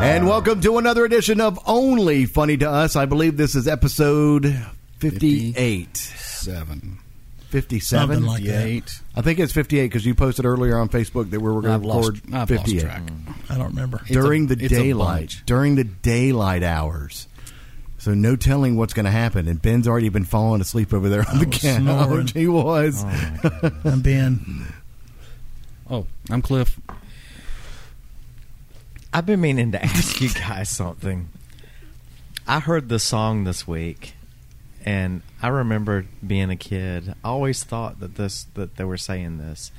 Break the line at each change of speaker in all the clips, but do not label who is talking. And welcome to another edition of Only Funny to Us. I believe this is episode 58.
Seven.
57?
Something like that.
Eight.
I think it's 58 because you posted earlier on Facebook that we were going
I've
to
lost,
record
I've
58.
lost track.
Mm. I don't remember.
a-
During the
it's a
daylight.
bunch.
During the daylight hours. So no telling what's going to happen. And Ben's already been falling asleep over there on the
was
couch.
snoring.
He was.
I'm being
Oh, I'm Cliff.
I've been meaning to ask you guys something. I heard the song this week, and I remember being a kid. I always thought that this that they were saying this.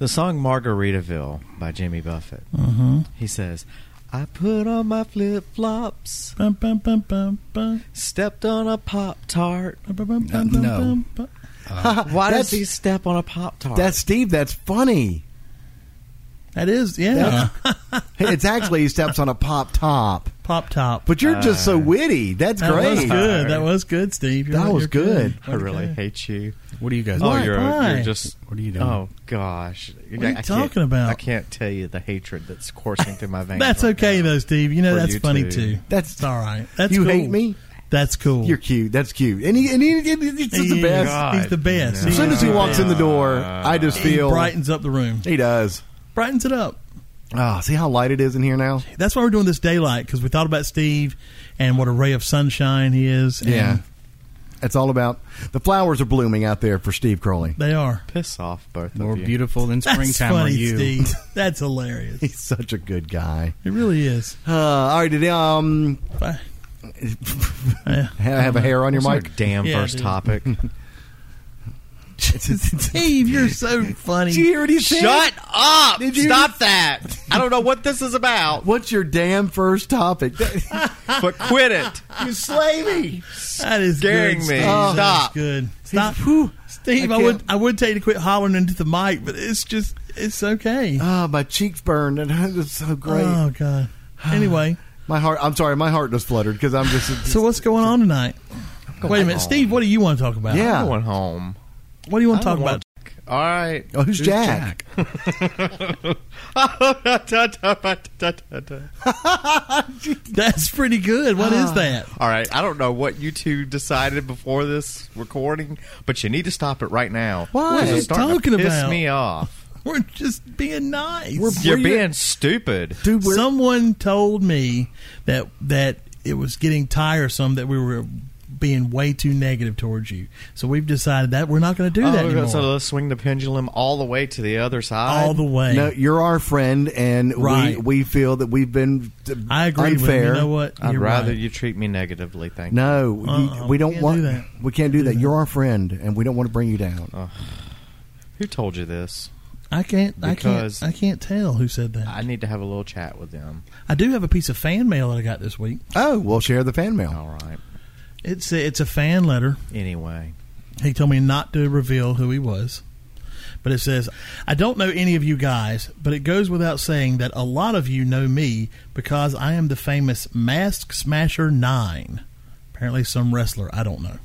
The song "Margaritaville" by Jimmy Buffett.
uh-huh.
He says, "I put on my flip flops,
Bum, bum, bum, bum, bum,
stepped on a pop tart."
bum, bum,
Uh,
bum, bum,
no.
bum, bum.
Why
That's-
does he step on a pop tart?
That's Steve. That's funny.
That is, yeah.
It's actually he steps on a pop top.
Pop top.
But you're just
Uh,
so witty. That's
that
great.
was good. That was good, Steve. You're
That
right.
was
You're
good.
I really
Okay.
hate you.
What are you guys?
Oh, Why?
you're,
Why?
you're just
What are you doing?
Oh gosh,
What are you
I can't-
talking about?
I can't tell you the hatred that's coursing through my veins.
That's
right
okay
now.
though, Steve. You know
For
that's
you
funny
two.
too.
That's-
it's all right. That's
you
cool.
hate me?
That's cool.
You're cute. That's cute. And he, and he, he- he's just the
He
best.
is. He's the best.
As soon as he walks in the door, I just
he
feel
brightens up the room.
he does.
Brightens it up.
Ah, see how light it is in here now.
That's why we're doing this daylight because we thought about Steve and what a ray of sunshine he is. and
it's all about the flowers are blooming out there for Steve Crowley.
they are.
Piss off, both
More
of you.
beautiful than
That's
springtime
funny,
are you?
Steve. That's hilarious.
He's such a good guy.
It really is.
Uh, all right, did um
I- yeah.
ha- have a hair on your
It's our
mic?
damn
Yeah,
first
dude.
topic.
Steve, you're so funny.
Did you hear what he said?
Shut up!
Did you-
Stop that! I don't know what this is about,
What's your damn first topic?
but quit it.
you slay me.
That is
scaring
good,
me.
Steve.
Oh.
That is
Stop.
good. Stop.
whew.
Steve,
I
I, would
can't-
I would tell you to quit hollering into the mic, but it's just it's okay.
Ah, my cheeks burned, and it's so great.
Oh god. Anyway,
my heart. I'm sorry, my heart just fluttered because I'm just. oh,
so what's going on tonight? Wait a minute,
on.
Steve. What do you want to talk about?
Yeah.
I'm going home.
What do you want
I
to talk
don't
about?
want- All right.
Oh, who's, Jack?
That's pretty good. What is that?
All right. I don't know what you two decided before this recording, but you need to stop it right now.
Why? What
This
are you
is starting to
talking
piss
about?
me off.
We're just being nice.
We're-
You're
Were you-
being stupid.
Dude, we're,
Someone told me that that it was getting tiresome that we were being way too negative towards you. So we've decided that we're not going to do that
Oh,
anymore.
So let's swing the pendulum all the way to the other side.
All the way.
no, you're our friend, and
Right.
we, we feel that we've been uh,
I agree with you.
unfair.
You know what?
I'd
You're
rather
right.
you treat me negatively. Thank you.
No, you-
Uh-uh,
we
we
don't
can't
want.
do that.
We can't do that. You're our friend, and we don't want to bring you down.
Who told you this?
I can't. I can't.
Because-
I can't tell who said that. I,
I need to have a little chat with them.
do have a piece of fan mail that I got this week.
oh, we'll share the fan mail.
All right.
It's a, it's a fan letter.
Anyway,
He told me not to reveal who he was. But it says, I don't know any of you guys, but it goes without saying that a lot of you know me because I am the famous Mask Smasher 9. Apparently, some wrestler. I don't know.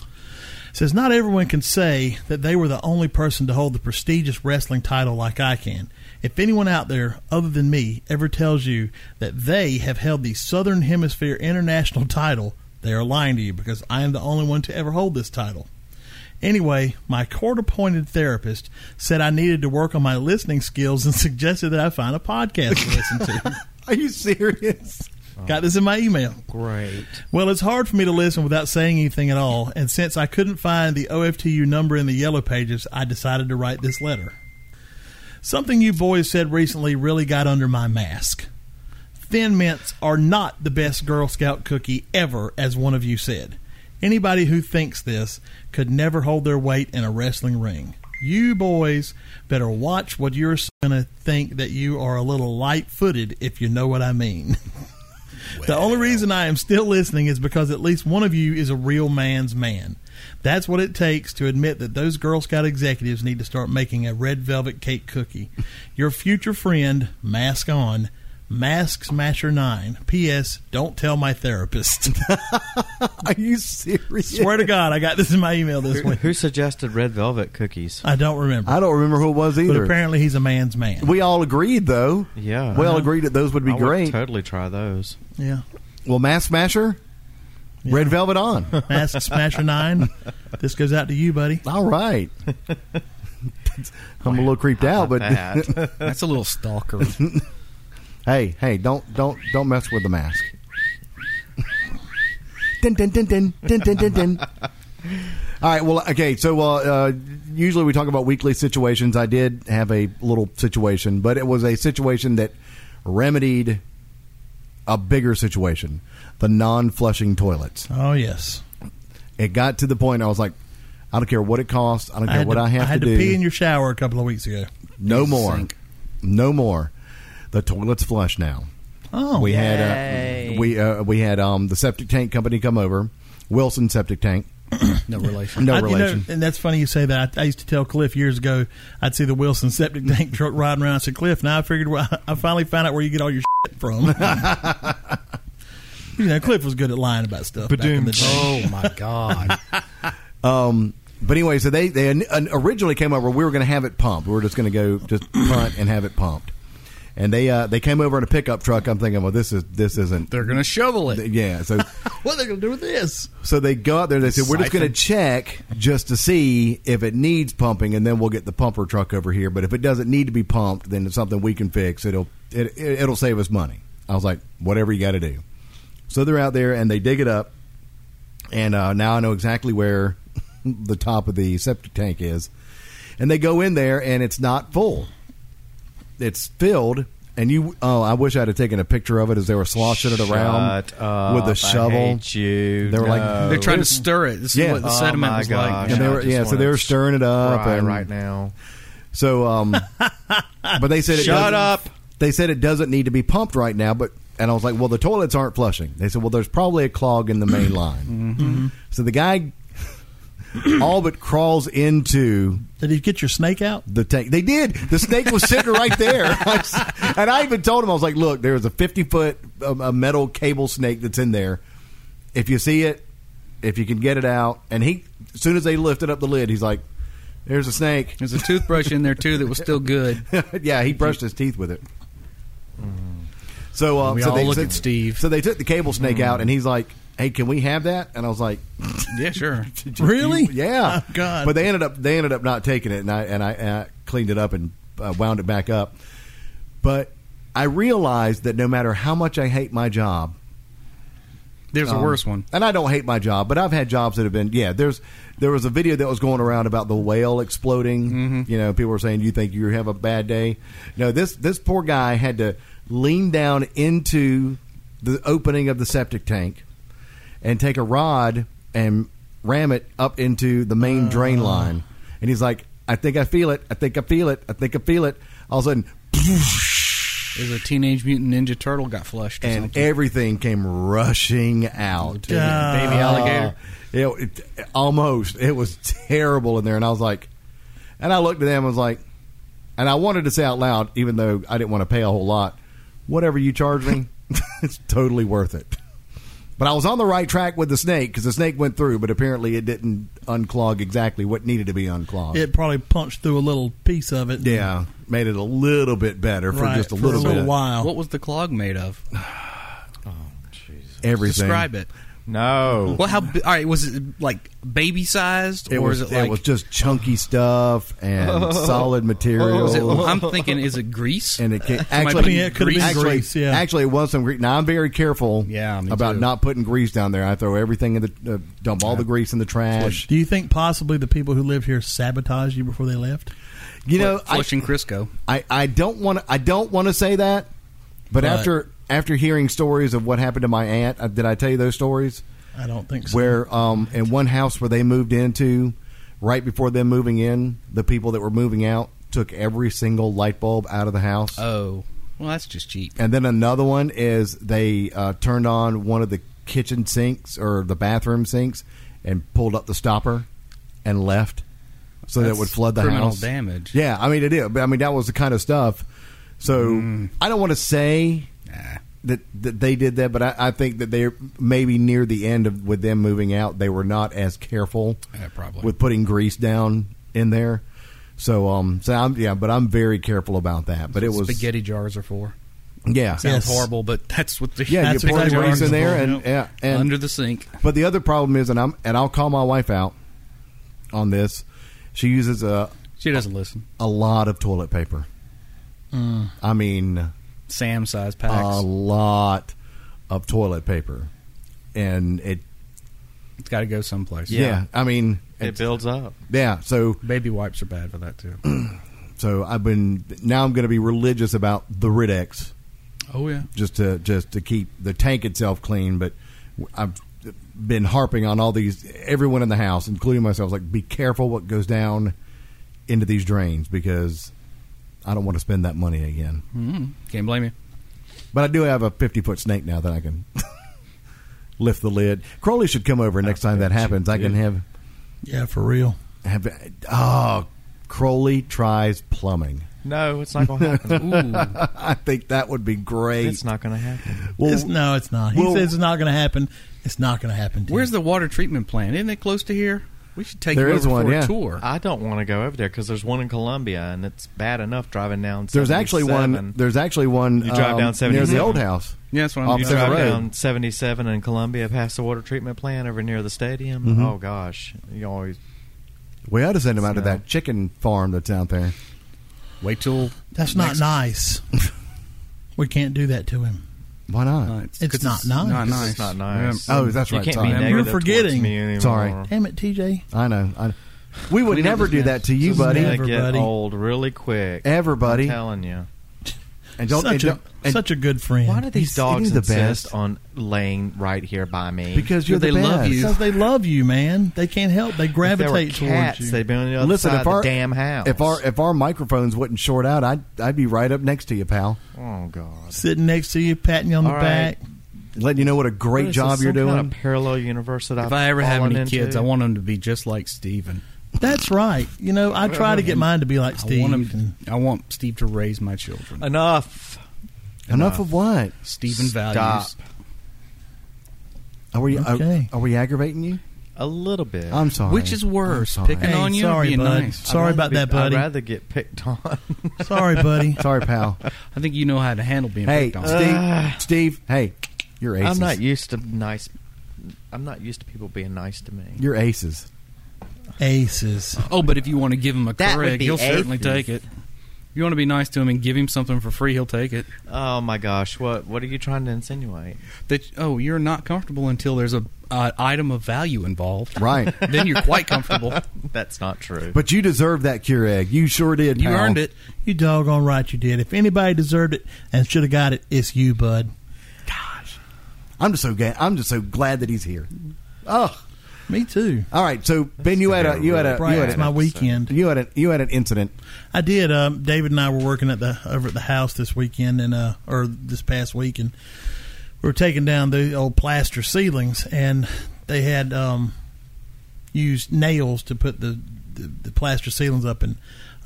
It says, Not everyone can say that they were the only person to hold the prestigious wrestling title like I can. If anyone out there other than me ever tells you that they have held the Southern Hemisphere International title, they are lying to you because I am the only one to ever hold this title. Anyway, my court appointed therapist said I needed to work on my listening skills and suggested that I find a podcast to listen to.
Are you serious?
Got this in my email.
great.
Well, it's hard for me to listen without saying anything at all, and since I couldn't find the OFTU number in the yellow pages, I decided to write this letter. Something you boys said recently really got under my mask. Thin mints are not the best Girl Scout cookie ever, as one of you said. Anybody who thinks this could never hold their weight in a wrestling ring. You boys better watch what you're going to think that you are a little light footed, if you know what I mean. The only reason I am still listening is because at least one of you is a real man's man. That's what it takes to admit that those Girl Scout executives need to start making a red velvet cake cookie. Your future friend, mask on, Mask Smasher 9. P.S. Don't tell my therapist.
Are you serious?
Swear to God, I got this in my email this
Who,
week.
who suggested red velvet cookies?
I don't remember.
I don't remember who it was
but
either.
apparently he's a man's man.
we all agreed though.
Yeah.
We all agreed that those would be
I would
great.
Totally try those.
yeah.
well, Mass Smasher,
Yeah.
Red Velvet on.
Mask Smasher 9. This goes out to you, buddy.
all right. I'm a little creeped out, but
That.
That's a little stalker.
hey, hey, don't don't don't mess with the mask. dun, dun, dun, dun, dun, dun, dun, dun. All right. Well, okay. So, uh, uh, usually we talk about weekly situations. I did have a little situation, but it was a situation that remedied a bigger situation: the non-flushing toilets.
Oh, yes.
It got to the point I was like, I don't care what it costs. I don't care
had
what
to,
I have
I had
to,
to,
do.
pee in your shower a couple of weeks ago.
no
Use the
more.
sink.
No more. The toilet's flush now.
Oh,
we had
yay.
uh, we uh, we had um, the septic tank company come over, Wilson Septic Tank.
No relation.
No
I- you know,
relation.
and that's funny you say that. I, I used to tell Cliff years ago. I'd see the Wilson septic tank truck riding around. I said, Cliff, now I figured. where- I finally found out where you get all your shit from. you know, Cliff was good at lying about stuff. Back in the day.
Oh my god.
Um, but anyway, so they they an- an- originally came over. We were going to have it pumped. We were just going to go just punt and have it pumped. And they uh, they came over in a pickup truck. I'm thinking, well, this is this isn't.
They're gonna shovel it.
yeah. So
What are they going to do with this?
So they go out there. They said, "We're just going to
Siphon.
check just to see if it needs pumping, and then we'll get the pumper truck over here. But if it doesn't need to be pumped, then it's something we can fix. It'll it, it, it'll save us money." I was like, "Whatever you got to do." So they're out there and they dig it up, and uh, now I know exactly where the top of the septic tank is. And they go in there and it's not full; it's filled. And you, oh, I wish I'd have taken a picture of it as they were sloshing it around
Shut up.
with
I
a shovel.
hate you.
They were like-
No.
They're trying to stir it. This is
Uh, Yeah.
what the
Oh
sediment
my
was
gosh.
like.
And they
I
were-
just
yeah, so they
wanna
were stirring it up
cry
and-
right now.
So um, but they said it
Shut
doesn't-
up.
They said it doesn't need to be pumped right now, but and I was like, well, the toilets aren't flushing. They said, well, there's probably a clog in the main line.
Mm-hmm.
So the guy all but crawls into
Did you get your snake out?
the tank. They did. The snake was sitting right there, and I even told him I was like, look, there is a 50 foot um, a metal cable snake that's in there. If you see it, if you can get it out, and he, as soon as they lifted up the lid, he's like, there's a snake.
There's a toothbrush in there too that was still good.
yeah, he brushed his teeth with it. So, uh,
We
so
all
they,
look
so-
at Steve. Mm.
So they took the cable snake out, and he's like, "Hey, can we have that?" And I was like,
Yeah, sure.
Really?
"Yeah,
Oh, God.
But they ended up they ended up not taking it, and I and I, and I cleaned it up and uh, wound it back up. But I realized that no matter how much I hate my job,
There's a
um,
worse one.
And I don't hate my job, but I've had jobs that have been yeah. There's there was a video that was going around about the whale exploding.
Mm-hmm.
You know, people were saying you think you have a bad day. No, this this poor guy had to lean down into the opening of the septic tank and take a rod and ram it up into the main
Uh.
drain line. And he's like, I think I feel it. I think I feel it. I think I feel it. All of a sudden,
There's a teenage mutant ninja turtle got flushed or
and
something.
everything came rushing out.
Baby- baby alligator.
Yeah, it, almost. It was terrible in there, and I was like, and I looked at them, and was like, and I wanted to say out loud, even though I didn't want to pay a whole lot, whatever you charge me, it's totally worth it. But I was on the right track with the snake because the snake went through, but apparently it didn't unclog exactly what needed to be unclogged.
It probably punched through a little piece of it.
yeah, made it a little bit better for
Right,
just a little, bit.
while.
What was the clog made of?
Everything.
Describe it.
No.
Well, how? bi- All right, was it like baby sized,
It
or
was
is it like?
it was just chunky stuff and solid material.
was Oh, it- I'm thinking, is it grease?
and it can,
put
actually
in- Yeah, it could've been
actually,
grease, yeah.
actually it was some grease. Now I'm very careful
Yeah, me
about
too.
not putting grease down there. I throw everything in the uh, dump all the grease in the trash.
Do you think possibly the people who live here sabotaged you before they left?
You know, I,
flushing Crisco.
I, I don't want I don't want to say that, but
But-
after after hearing stories of what happened to my aunt, uh, did I tell you those stories?
I don't think so.
where um, in one house where they moved into, right before them moving in, the people that were moving out took every single light bulb out of the house.
Oh, well, that's just cheap.
And then another one is they uh, turned on one of the kitchen sinks or the bathroom sinks and pulled up the stopper and left so that it
That's
would flood the
criminal
house.
damage.
Yeah, I mean it is. But I mean that was the kind of stuff So
Mm.
I don't want to say
Nah.
that, that they did that, but I, I think that they're maybe near the end of with them moving out, they were not as careful
Yeah, probably.
with putting grease down in there. So um, so I'm yeah, but I'm very careful about that. But it was
spaghetti jars are for.
Yeah,
Sounds
Yes.
horrible, but that's what the
yeah,
That's
you pour the
exactly what
grease
I'm
in there,
talking
and
about.
yeah, and
under the sink.
But the other problem is, and I'm and I'll call my wife out on this. She uses a
She doesn't listen.
a lot of toilet paper. I mean,
Sam size packs.
a lot of toilet paper, and it.
it's got to go someplace.
Yeah, I mean,
It
it's-
builds up.
yeah. So
Baby wipes are bad for that too.
so I've been now I'm going to be religious about the Ridex
oh yeah.
just to just to keep the tank itself clean, but I've been harping on all these everyone in the house, including myself, like be careful what goes down into these drains because I don't want to spend that money again.
mm Can't blame you.
But I do have a fifty foot snake now that I can lift the lid. Crowley should come over next time that happens. I can have
Yeah, for real.
have oh Crowley tries plumbing.
No, it's not going to happen.
Ooh,
I think that would be great.
it's not going to happen.
Well,
It's- no, it's not. He
well-
says it's not going to happen. It's not going to happen. Dude.
where's the water treatment plant? Isn't it close to here? We should take
There
you
is
over
one,
for
yeah.
a tour.
I don't want to go over there because there's one in Columbia, and it's bad enough driving down.
there's actually one.
77.
There's actually one
You drive
um,
down
near the
77.
old house.
yeah, that's what I'm
Off
You
There's a
drive
road.
down 77 in Columbia past the water treatment plant over near the stadium. Oh gosh, you always
We ought to send him out to
Smell.
that chicken farm that's out there.
Wait till
That's not nice. we can't do that to him.
Why not?
night.
It's
uh, 'Cause
not nice.
Not
It's
nice.
it's not nice.
Yeah.
Oh, that's
you
right,
Can't
sorry.
be
You're
negative towards
forgetting.
me anymore.
Sorry.
Damn it, TJ.
I know. I, we would
Clean up
never
this
do
mess.
that to you,
This is
buddy.
They
Never,
get
buddy.
old really quick.
Ever, buddy.
I'm telling you.
And don't,
such,
and
a,
don't and
such a good friend.
Why do these
He's- it is
dogs
the
insist
best.
on laying right here by me?
because you're
They
the
love
best.
you.
Because they love you, man. They can't help. They
If there were
gravitate
cats,
towards you.
They'd be on the other
Listen,
side
if our
of the damn house.
if our if our microphones wouldn't short out, I'd I'd be right up next to you, pal,
oh god,
Sitting next to you, patting you on the
All right.
back.
letting you know what a
What
great
is
job
this,
you're
some
doing.
Kind of parallel universe that I've
If I ever have
fallen
any
into?
kids, I want them to be just like Steven.
That's right. You know, I try to get mine to be like Steve.
I want him. I want Steve to raise my
Uh,
children.
enough.
Enough of what?
Steven
Stop.
values.
Are we are-
Okay.
are, we aggravating you?
A little bit.
I'm sorry.
Which is worse,
I'm sorry.
picking
Hey,
on you or
sorry,
being
bud.
nice?
Sorry
I'd rather
about
be-
that, buddy.
I'd rather get picked on.
Sorry, buddy.
Sorry, pal.
I think you know how to handle being
hey,
picked on.
Steve. Steve. Hey, you're aces.
I'm not used to nice. I'm not used to people being nice to me.
You're aces.
Aces.
Oh, but if you want to give him a
That would
Craig,
be
he'll certainly
aces.
take it. If you want to be nice to him and give him something for free, he'll take it.
oh my gosh, what what are you trying to insinuate?
That oh, you're not comfortable until there's a uh, item of value involved.
Right.
then you're quite comfortable.
That's not true.
But you deserve that Keurig. You sure did.
You
pal.
earned it.
You doggone right you did. If anybody deserved it and should have got it, it's you, bud.
I'm just so ga- I'm just so glad that he's here. Oh,
Me too.
all right. So Ben, you had a you had a
Right,
you
it's
had,
my
a,
weekend.
you had an you had an incident.
I did. Um, David and I were working at the over at the house this weekend and uh, or this past week, and we were taking down the old plaster ceilings, and they had um, used nails to put the, the the plaster ceilings up, and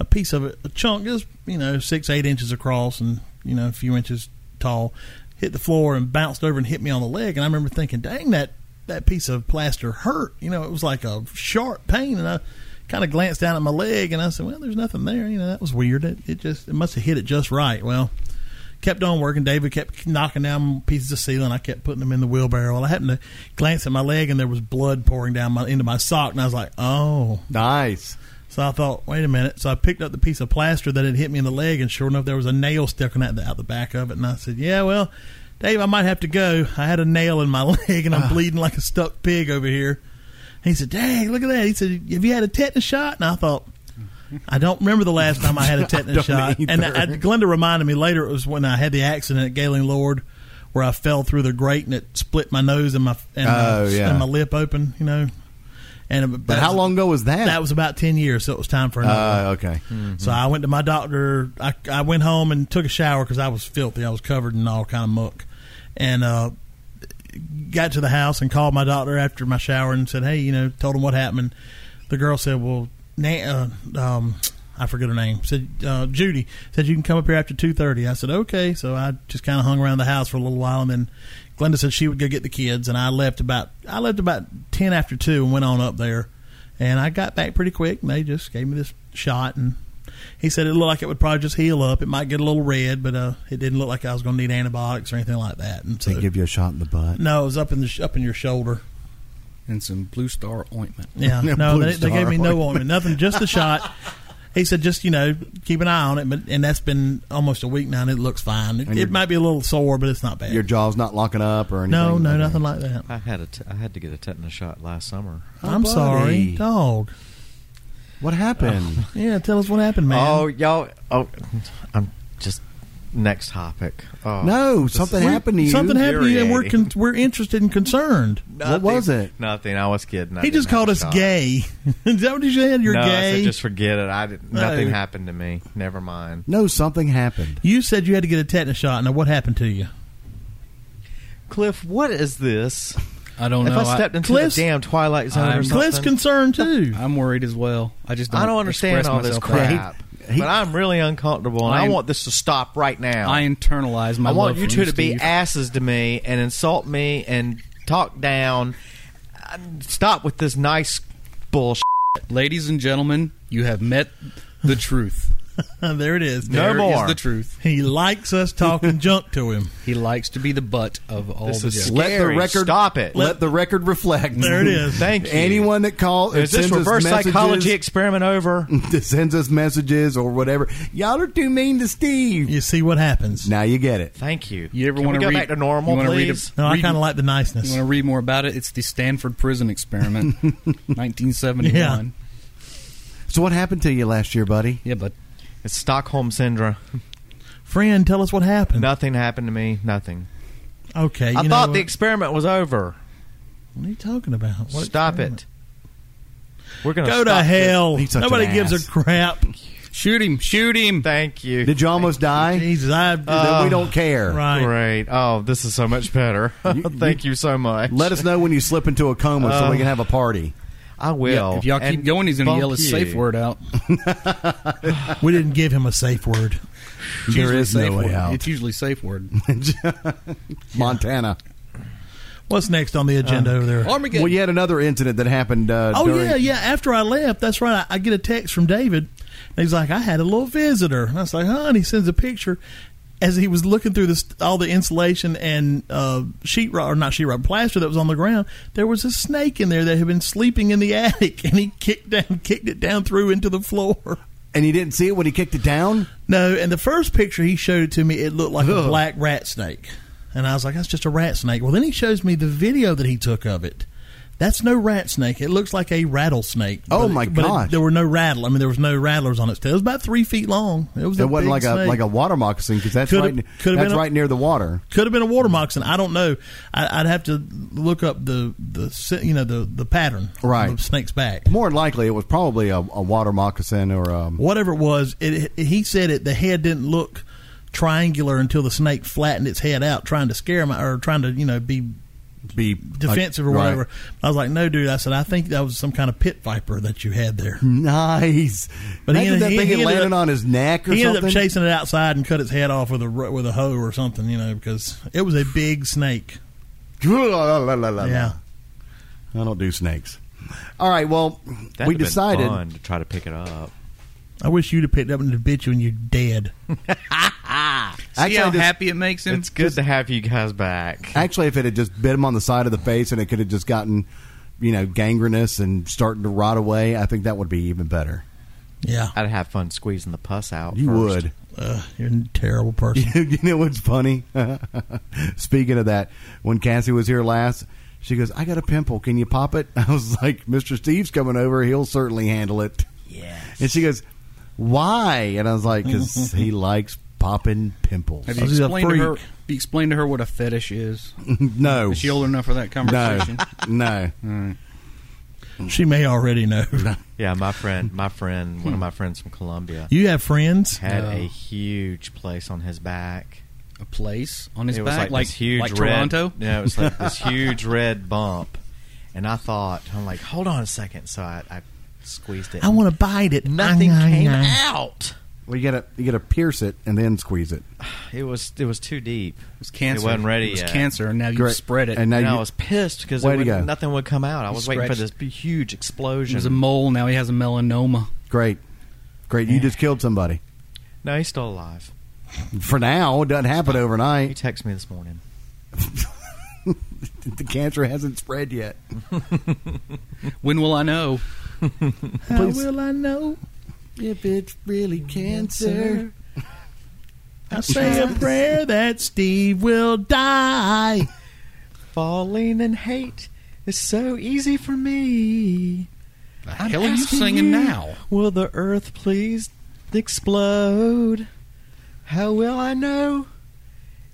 a piece of it, a chunk, is you know six eight inches across and you know a few inches tall, hit the floor and bounced over and hit me on the leg, and I remember thinking, dang that that piece of plaster hurt. You know, it was like a sharp pain, and I kind of glanced down at my leg and I said, well, there's nothing there. You know, that was weird. It, it just it must have hit it just right. Well kept on working. David kept knocking down pieces of ceiling. I kept putting them in the wheelbarrow. Well, I happened to glance at my leg, and there was blood pouring down my into my sock, and I was like, "Oh."
Nice.
So I thought, "Wait a minute." So I picked up the piece of plaster that had hit me in the leg, and sure enough, there was a nail sticking out the, out the back of it. And I said, "Yeah, well, Dave, I might have to go. I had a nail in my leg,
Ah.
and I'm bleeding like a stuck pig over here." And he said, "Dang, look at that." He said, "Have you had a tetanus shot?" And I thought. I don't remember the last time I had a
I don't
tetanus shot. And
either.
I, Glenda reminded me later it was when I had the accident at Galen Lord where I fell through the grate and it split my nose and my and,
Oh,
my,
yeah.
and my lip open, you know. And
But how long ago was that?
That was about ten years, so it was time for another.
Uh, okay.
So I went to my doctor. I, I went home and took a shower because I was filthy. I was covered in all kind of muck, and uh, got to the house and called my doctor after my shower and said, "Hey, you know," told him what happened. The girl said, "Well, Na- uh, um, I forget her name. Said uh, Judy said you can come up here after two thirty. I said okay. So I just kind of hung around the house for a little while, and then Glenda said she would go get the kids, and I left about I left about ten after two and went on up there, and I got back pretty quick. And they just gave me this shot, and he said it looked like it would probably just heal up. It might get a little red, but uh, it didn't look like I was going to need antibiotics or anything like that. And so
They give you a shot in the butt.
no, it was up in the sh- up in your shoulder.
and some Blue Star ointment.
Yeah,
Yeah,
no,
Blue
they, they
Star
gave me no
ointment.
ointment, nothing, just the shot. He said, just you know, keep an eye on it, but and that's been almost a week now, and it looks fine. It,
And your-
it might be a little sore, but it's not bad.
Your jaw's not locking up or anything.
no, no,
like
nothing
that.
like that.
I had a t- I had to get a tetanus shot last summer.
Oh,
I'm sorry,
buddy.
dog.
What happened?
Yeah, tell us what happened, man.
Oh, y'all. Oh, I'm just next topic. Oh,
no,
this
something
is-
happened to you.
Something happened to you, and we're con-
infuriating.
we're interested and concerned.
What was it?
Nothing. I was kidding. I
he
didn't
just called
have
us
a shot.
gay. Is that what you said? You're
no,
gay.
I said just forget it. I didn't, nothing
No.
happened to me. Never mind.
No, something happened.
you said you had to get a tetanus shot. Now, what happened to you?
Cliff, what is this?
I don't
if
know.
I stepped into
Cliff's-
the damn Twilight Zone or
I'm-
something,
Cliff's concerned too.
I, am worried as well. I just don't.
I don't understand
express
all this
myself that.
crap.
He-
but I'm really uncomfortable, and
I
I,
am-
want this to stop right now.
I internalize my.
I want
love
you
for
two to be
Steve.
asses to me and insult me and talk down. Uh, Stop with this nice bullshit.
Ladies and gentlemen, you have met the truth.
there it is.
No
There is
more.
the truth.
He likes us talking junk to him.
He likes to be the butt of all
This
the
is
jokes.
slick.
Let the
Scary.
record
Stop it.
Let the record reflect.
There it is.
Thank you.
Anyone that calls
is this reverse psychology experiment over?
sends us messages or whatever. Y'all are too mean to Steve.
You see what happens.
Now you get it.
Thank you.
You ever
Can we
want to
go
read
back to normal,
you wanna read a-
please?
No, I
read-
kind of like the
You
niceness.
want to read more about it? It's the Stanford Prison Experiment, 1971. Yeah,
So what happened to you last year, buddy?
but
It's Stockholm syndrome.
Friend, tell us what happened.
Nothing happened to me. Nothing.
Okay, you
I
know
thought
what?
the experiment was over.
What are you talking about? What
stop
experiment?
it. We're gonna
Go to
stop this.
hell.
He's such
Nobody
an
gives
ass.
a crap.
shoot him, shoot him.
Thank you.
Did you almost die?
Jesus, I
then we don't care.
right.
Great. Oh, this is so much better. Thank you so much.
Let us know when you slip into a coma so we can have a party.
I will.
Yeah, if y'all keep
And
going, he's going to
bump
yell his
you.
safe word out.
We didn't give him a safe word.
It's
There
usually
is no
safe
way
word.
out.
It's usually safe word.
Montana.
What's next on the agenda over there?
Armageddon.
Well, you had another incident that happened. Uh,
Oh
during-
yeah, yeah. After I left, that's right. I, I get a text from David, and he's like, "I had a little visitor." And I was like, "Huh?" And he sends a picture as he was looking through this all the insulation and uh, sheetrock or not sheetrock plaster that was on the ground. There was a snake in there that had been sleeping in the attic, and he kicked down, kicked it down through into the floor.
And you didn't see it when he kicked it down.
No, and the first picture he showed it to me, it looked like
Ugh.
a black rat snake. And I was like, that's just a rat snake. Well, then he shows me the video that he took of it. That's no rat snake. It looks like a rattlesnake.
Oh,
But it-
my
but it-
gosh.
there were no rattle. I mean, there was no rattlers on its tail. It was about three feet long. It was.
It
a
wasn't
big
like a
snake.
like a water moccasin because that's
Could've-
right. ne-
could've
that's
been a-
right near the water.
Could have been a water moccasin. I don't know. I, I'd have to look up the the si- you know the the pattern
Right.
of the snake's back.
More than likely, it was probably a, a water moccasin or um,
whatever it was, it, it- he said it. The head didn't look triangular until the snake flattened its head out, trying to scare him or trying to you know be
be
defensive or
like-
whatever.
right.
I was like, no, dude. I said, I think that was some kind of pit viper that you had there.
Nice.
But he
Imagine
ended-
that
he-
thing
he
it
ended
landed
up-
on his neck or
He ended
something.
up chasing it outside and cut its head off with a ro- with a hoe or something, you know, because it was a big snake.
yeah,
Yeah.
I don't do snakes. All right. Well,
That'd
we
have been
decided.
fun to try to pick it up.
I wish you'd have picked up and had bit you when you're dead.
See how
Actually, this-
happy it makes him.
It's good to have you guys back.
Actually, if it had just bit him on the side of the face and it could have just gotten, you know, gangrenous and starting to rot away, I think that would be even better.
Yeah,
I'd have fun squeezing the pus out.
You
first.
would.
uh, you're a terrible person.
you know what's funny? Speaking of that, when Cassie was here last, she goes, "I got a pimple. Can you pop it?" I was like, "Mr. Steve's coming over. He'll certainly handle it."
Yes.
And she goes, "Why?" And I was like, "Cause he likes popping pimples."
Have you
He's a
explained to her?
freak.
have you explained to her what a fetish is?
no,
Is she old enough for that
no,
conversation?
no.
She may already know.
Yeah, my friend, my friend, one of my friends from Colombia
You have friends.
had
No.
a huge place on his back.
A place on his
it was
back,
like,
like
this huge
like
red,
Toronto.
Yeah, it was like this huge red bump, and I thought, I'm like, hold on a second. So I, I squeezed it.
I want to bite it.
Nothing
Ah,
came
ah, ah.
out.
Well, you gotta you gotta pierce it and then squeeze it.
It was it was too deep. It
was cancer.
It wasn't ready
It was
yet.
cancer, and now you
Great.
spread it.
And now
And I
you-
was pissed because
Way to go.
nothing would come out. I was waiting for this
Stretched.
big, huge explosion.
There's a mole. Now he has a melanoma.
Great, great. You just killed somebody.
no, he's still alive.
For now, it doesn't happen
He
overnight.
texted me this morning.
The cancer hasn't spread yet.
When will I know?
How will I know?
If it's really cancer,
I say a prayer that Steve will die.
Falling in hate is so easy for me.
The
I'm
hell are you
asking
singing now?
Will the earth please explode? How will I know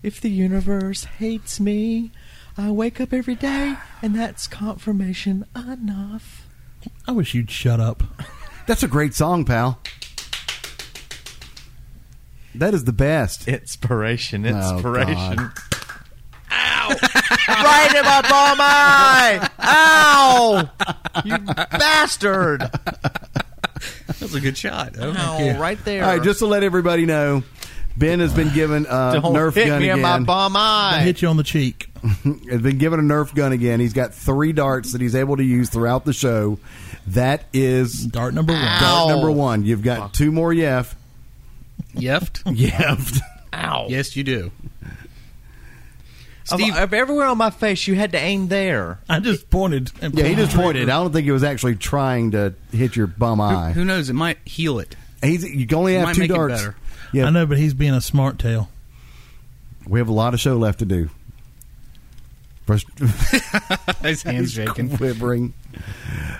if the universe hates me? I wake up every day, and that's confirmation enough.
I wish you'd shut up.
that's a great song, pal. That is the best.
Inspiration,
Oh, God.
right in my bum eye! Ow! You bastard!
That's a good shot.
Ow, right there.
All right, just to let everybody know, Ben has been given a
Don't
Nerf
hit
gun
me
again.
in my bum
I
eye.
hit you on the cheek.
has been given a Nerf gun again. He's got three darts that he's able to use throughout the show. That is
Dart number one.
Ow.
dart number one. You've got two more yef.
Yeft.
Yef.
Ow.
Yes, you do.
Of-
Steve-
of everywhere on my face, you had to aim there.
I just pointed. And
Yeah, he just pointed. I don't think he was actually trying to hit your bum eye.
Who knows? It might heal it.
He's, you can only have
might
two
make it
darts.
better.
Yeah,
I know, but he's being a smart tail.
we have a lot of show left to do. First,
His hands shaking.
quivering.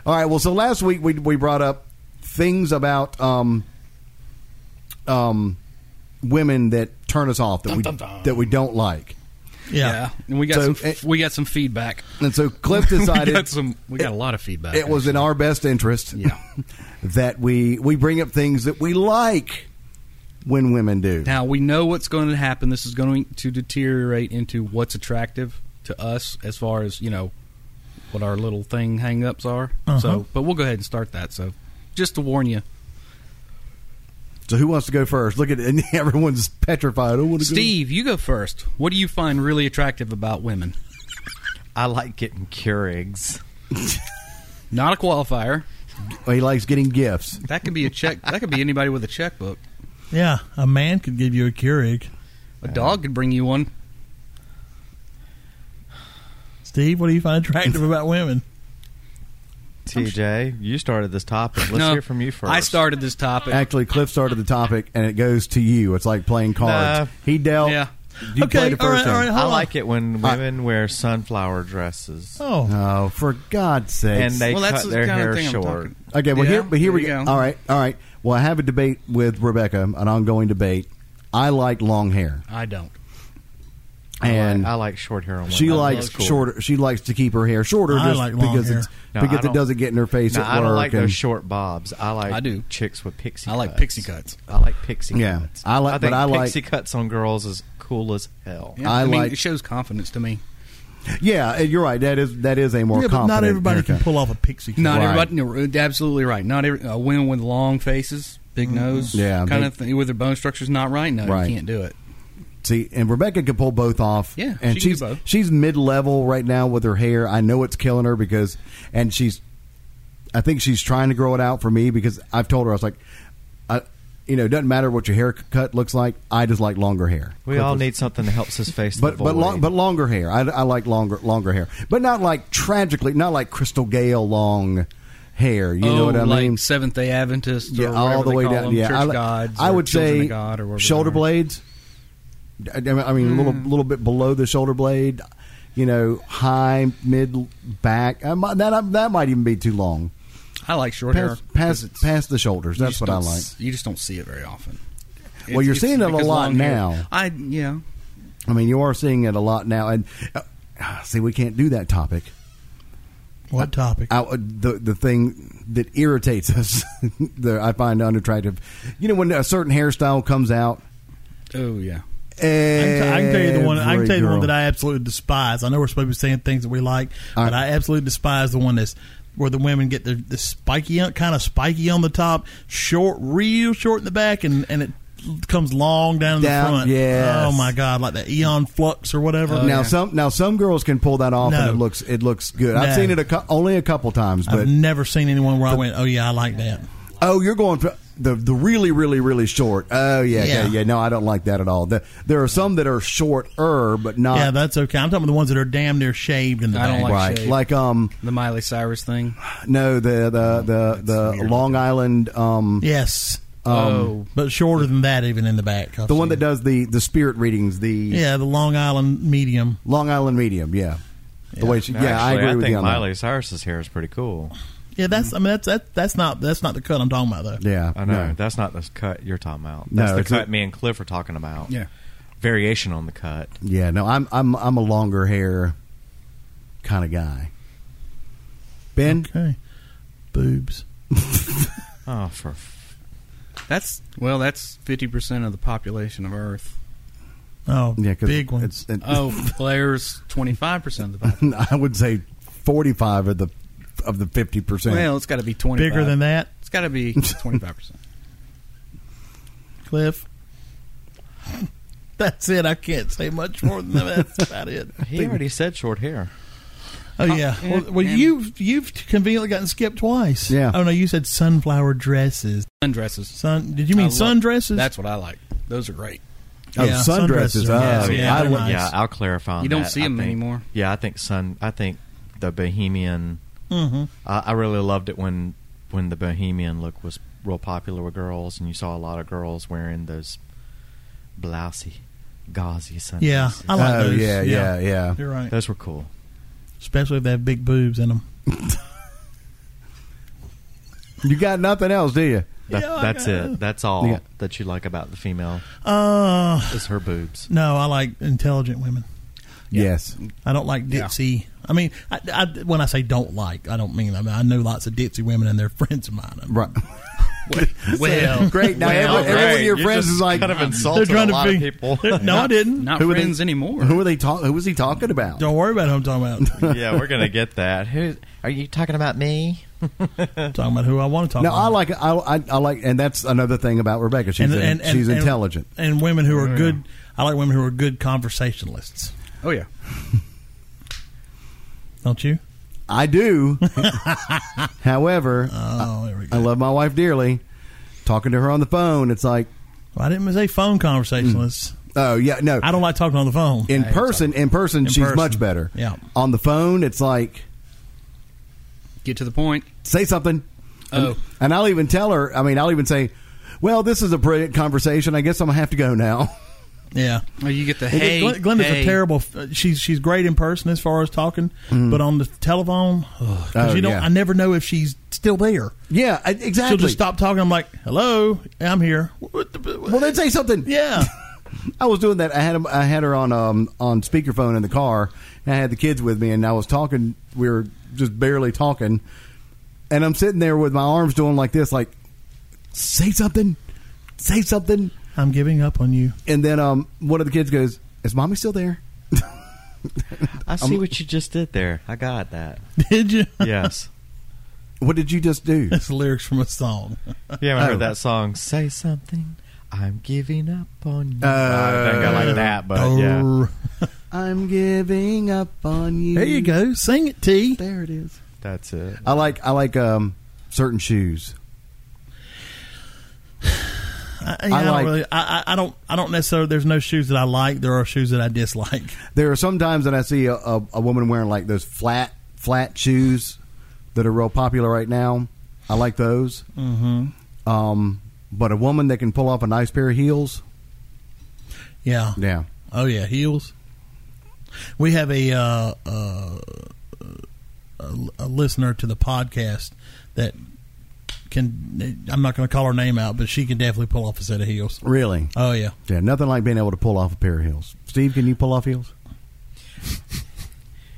All right. Well, so last week we we brought up things about um um women that turn us off that we that we don't like.
Yeah.
and we got
So,
some.
it-
we got some feedback.
And so Cliff
we
decided
got some. We got a lot of feedback.
it was in our best interest
Yeah.
that we we bring up things that we like when women do.
Now we know what's going to happen. This is going to deteriorate into what's attractive to us as far as, you know, what our little thing hang ups are.
Uh-huh.
So but we'll go ahead and start that. So just to warn you.
So who wants to go first? Look at it, and everyone's petrified. Oh, what a
Steve, you go first. What do you find really attractive about women?
I like getting Keurigs.
Not a qualifier.
Good, he likes getting gifts.
That could be a check that could be anybody with a checkbook.
Yeah, a man could give you a Keurig.
A dog could bring you one.
Steve, what do you find attractive about women?
TJ, you started this topic. Let's
No,
hear from you first.
I started this topic.
Actually, Cliff started the topic, and it goes to you. It's like playing cards.
Nah.
He dealt.
Yeah.
You
Okay,
played the
all right,
first
all
hand.
right.
I
Hold on.
like it when women wear sunflower dresses
Oh,
Oh, for God's sake!
and they
Well, that's
cut
the
their
kind of
hair
thing I'm
short.
talking-
okay, well
Yeah,
here, but here
there
we
you
go.
go.
All right, all right. Well, I have a debate with Rebecca, an ongoing debate. I like long hair,
I don't. Oh,
and
I like short hair on women.
she
I
likes
love cool.
shorter. She likes to keep her hair shorter
I
just
like long
because
hair.
it's
No, I
because it
don't-
doesn't get in her face
No,
at work.
I don't like
and-
those short bobs. I like
I do.
chicks with pixie.
I like
cuts.
pixie cuts.
I like pixie.
Yeah.
cuts.
I like-
I think
but I like-
pixie cuts on girls is cool as hell.
Yeah,
I
I, mean
like-
it shows confidence to me.
Yeah, you're right. That is that is a more
yeah, but
confident.
not everybody
haircut.
can pull off a pixie. cut.
Not
Right.
everybody. no, you're Absolutely right. Not every uh, women with long faces, big nose,
Mm-hmm. Yeah,
kind
big-
of thing. With their bone structure's not right. No,
Right.
you can't do it.
See, and Rebecca could pull both off.
Yeah,
and
she can do
she's
both.
she's mid level right now with her hair. I know it's killing her because, and she's, I think she's trying to grow it out for me because I've told her I was like, I, you know, it doesn't matter what your haircut looks like. I just like longer hair.
We all need something that helps us face
But
the
but
void.
long, but longer hair. I, I like longer longer hair, but not like tragically, not like Crystal Gale long hair. You
oh,
know what I
like
mean?
Seventh Day Adventists, or
all
whatever
the
they
way
call
down.
them,
yeah,
church
I, li-
gods.
I
or
would
children
say
of God or whatever they Hmm.
shoulder
are.
blades. I I mean, a little little bit below the shoulder blade. You know, high mid back. I might, that uh, that might even be too long.
I like short hair.
Past
'cause
past,
it's-
past the shoulders.
you
That's
just
what I
don't
like.
s- You just don't see it very often.
Well, you're seeing it a
because
lot
long hair-
now.
I yeah.
I mean, you are seeing it a lot now. And uh, see, we can't do that topic.
What topic?
I, uh, the the thing that irritates us that I find unattractive. You know, when a certain hairstyle comes out.
Oh yeah.
I can, I can tell you the one. I can
every
tell you the one
girl-
that I absolutely despise. I know we're supposed to be saying things that we like,
All
but
right.
I absolutely despise the one that's where the women get the, the spiky kind of spiky on the top, short, real short in the back, and and it comes long down,
Down,
in the front.
yes. Oh,
Oh my god, like the Eon Flux or whatever.
now some now some girls can pull that off and
No.
it looks it looks good. I've
No.
seen it a cou- only a couple times, but
I've never seen anyone where I went, oh yeah, I like that.
Oh, you're going for the the really really really short. Oh yeah yeah
Yeah.
yeah. no, I don't like that at all. The, there are some that are shorter, but not
yeah, that's okay. I'm talking about the ones that are damn near shaved in the
I
back.
don't like
right.
shape.
Like um
the Miley Cyrus thing.
no the the the, the Long Island um
Yes,
oh,
but shorter than that, even in the back. I've
the one
seen
that
it.
does the the spirit readings the
yeah, the Long Island medium.
Long Island medium yeah. The way she, yeah, I
Actually,
agree with
think
you on
Miley Cyrus's hair is pretty cool.
Yeah, that's I mean that's that, that's not that's not the cut I'm talking about though.
that. Yeah,
I know
no.
that's not the cut you're talking about.
No,
That's the
it's a-
cut me and Cliff are talking about.
Yeah.
variation on the cut.
Yeah, no, I'm I'm I'm a longer hair kind of guy. Ben,
Okay, boobs.
Oh, for f-
that's well, that's fifty percent of the population of Earth.
Oh,
yeah, 'cause
big one.
It's, it-
Oh, Blair's twenty five percent of the population.
I would say forty-five of the of the fifty percent.
Well, it's got to be twenty.
Bigger than that,
It's got to be twenty five percent.
Cliff. That's it. I can't say much more than that. That's about it.
he already said short hair.
Oh yeah.
yeah,
Well, well
and-
you've you've conveniently gotten skipped twice.
Yeah.
Oh no, you said sunflower dresses.
Sundresses.
Sun? Did you mean
I love-
sundresses?
That's what I like. Those are great.
Oh,
Yeah,
sundresses.
sundresses
Oh,
are nice.
yeah.
Yeah,
I
they're
love-
nice.
Yeah, I'll clarify. on
You don't
that.
see
I
them
think-
anymore.
Yeah, I think sun. I think the Bohemian.
Mm-hmm.
I I really loved it when when the Bohemian look was real popular with girls, and you saw a lot of girls wearing those blousy, gauzy sundresses.
Yeah, I like
Oh,
those.
yeah, yeah, yeah.
You're right.
those were cool.
Especially if they have big boobs in them.
You got nothing else, do you?
That,
Yeah, I
that's
got-
it. That's all
Yeah.
that you like about the female
Uh,
is her boobs.
no, I like intelligent women.
Yes.
I don't like
Yeah.
ditzy. I mean, I, I, when I say don't like, I don't mean I, mean, I know lots of ditzy women and they're friends of mine. I'm-
Right.
Well,
Great. Now,
Well,
every, every one of
Hey,
your
you're
friends
just
is like,
kind of insulted
trying
a
to
lot
be-
of people.
No, I didn't.
not
Who were they-
friends anymore.
who are they talking? Who was he talking about?
Don't worry about who I'm talking about.
yeah, we're gonna get that. Who are you talking about? Me?
I'm talking about who I want to talk
no,
about.
I like. I, I, I like, and that's another thing about Rebecca. She's in- she's intelligent.
And, women who are good. I like women who are good conversationalists.
oh yeah.
Don't you?
I do. However,
Oh, there we
I
go.
love my wife dearly. Talking to her on the phone, it's like,
Well, I didn't say phone conversationalists.
oh yeah, no.
I don't like talking on the phone.
in person, in person,
In
she's
person.
much better.
Yeah.
On the phone, it's like,
Get to the point.
say something.
Oh.
And I'll even tell her, I mean, I'll even say, well, this is a brilliant conversation. I guess I'm going to have to go now.
yeah.
Oh, you get the
It is-
hey.
Gl- Glenda's
hey.
a terrible. f- She's she's great in person as far as talking, but on the telephone, ugh, 'cause
Mm. Oh,
you don't.
yeah.
I never know if she's still there.
Yeah, I- exactly.
She'll just stop talking. I'm like, "Hello, I'm here." What the-
Well, then say something.
yeah,
I was doing that. I had 'em- I had her on um on speakerphone in the car. And I had the kids with me, and I was talking. We were just barely talking, and I'm sitting there with my arms doing like this, like say something, say something,
I'm giving up on you.
and then um one of the kids goes, "Is mommy still there?"
I see what you just did there. I got that.
Did you?
Yes.
What did you just do?
That's the lyrics from a song.
Yeah, I
Oh.
heard that song. Say something. I'm giving up on you. Oh.
Uh,
I don't think I like that, but yeah.
Arr.
I'm giving up on you.
Oh. There you go. Sing it, T.
There it is.
That's it.
I like I like um certain shoes.
I, I
I
don't
like-
really- I, I- I don't. I don't necessarily. There's no shoes that I like. There are shoes that I dislike.
There are some times that I see a, a, a woman wearing like those flat flat shoes that are real popular right now. I like those. Mm-hmm. Um, but a woman that can pull off a nice pair of heels,
Yeah.
yeah,
Oh yeah, heels. We have a uh, uh, a, a listener to the podcast that can. I'm not going to call her name out, but she can definitely pull off a set of heels.
really,
Oh yeah,
yeah, nothing like being able to pull off a pair of heels. Steve, can you pull off heels?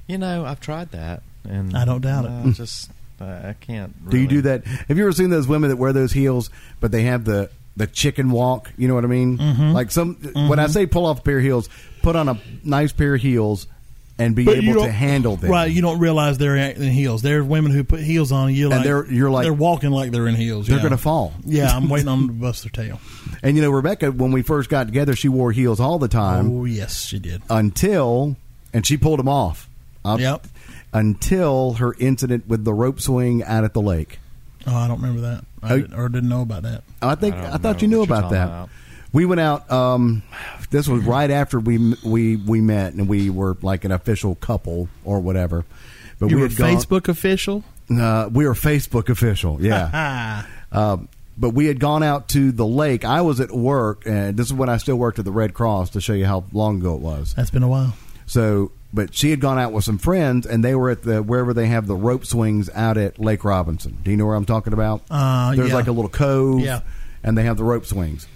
You know, I've tried that, and
I don't doubt it.
I just I I can't.
Do you
really-
do that? Have you ever seen those women that wear those heels, but they have the the chicken walk? You know what I
Mm-hmm.
mean? Like some. When I say pull off a pair of heels, put on a nice pair of heels. and be
But you
able to
don't-
handle them.
Right, you don't realize they're in heels. There are women who put heels on. You
And
like
they're- you're like-
they're walking like they're in heels.
They're
yeah.
gonna fall.
Yeah, I'm waiting on them to bust their tail.
And you know, Rebecca, when we first got together, she wore heels all the time
oh yes, she did.
until, and she pulled them off. Uh,
Yep.
Until her incident with the rope swing out at the lake.
Oh, I don't remember that. I
Oh,
didn't, or didn't know about that.
I think
I
I,
don't
thought
know
you knew
what you're
about
talking
that.
about.
We went out. Um, this was right after we we we met and we were like an official couple or whatever. But
You
we
were
had gone-
Facebook official.
Uh, we were Facebook official. Yeah.
Ah,
um, but we had gone out to the lake. I was at work, and this is when I still worked at the Red Cross to show you how long ago it was.
that's been a while.
So, but she had gone out with some friends, and they were at the wherever they have the rope swings out at Lake Robinson. Do you know where I'm talking about?
Uh,
There's
yeah.
like a little cove,
Yeah.
and they have the rope swings.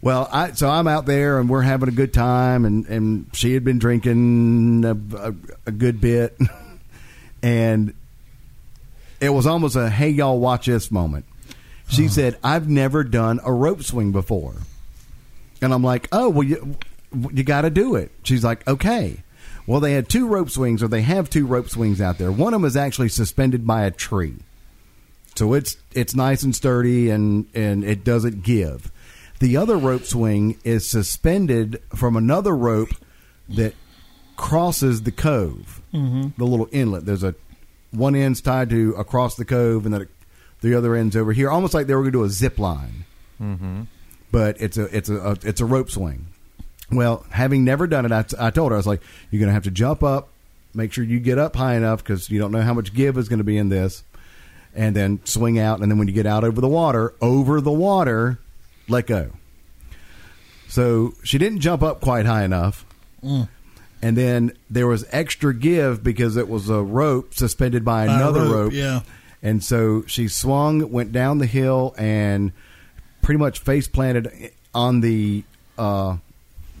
Well, I, so I'm out there, and we're having a good time, and and she had been drinking a, a, a good bit, and it was almost a hey y'all watch this moment. She said, "I've never done a rope swing before." And I'm like, oh, well, you, you got to do it. She's like, okay. Well, they had two rope swings, or they have two rope swings out there. One of them is actually suspended by a tree. So it's it's nice and sturdy and, and it doesn't give. The other rope swing is suspended from another rope that crosses the cove, mm-hmm. the little inlet. There's a one end's tied to across the cove, and then it- the other end's over here, almost like they were going to do a zip line but it's a it's a, a it's a rope swing. Well, having never done it, I, t- I told her I was like, "You're going to have to jump up, make sure you get up high enough because you don't know how much give is going to be in this, and then swing out, and then when you get out over the water, over the water, let go." So she didn't jump up quite high enough,
Mm.
and then there was extra give because it was a rope suspended by,
By a
another
rope,
rope,
yeah.
and so she swung, went down the hill, and pretty much face planted on the uh,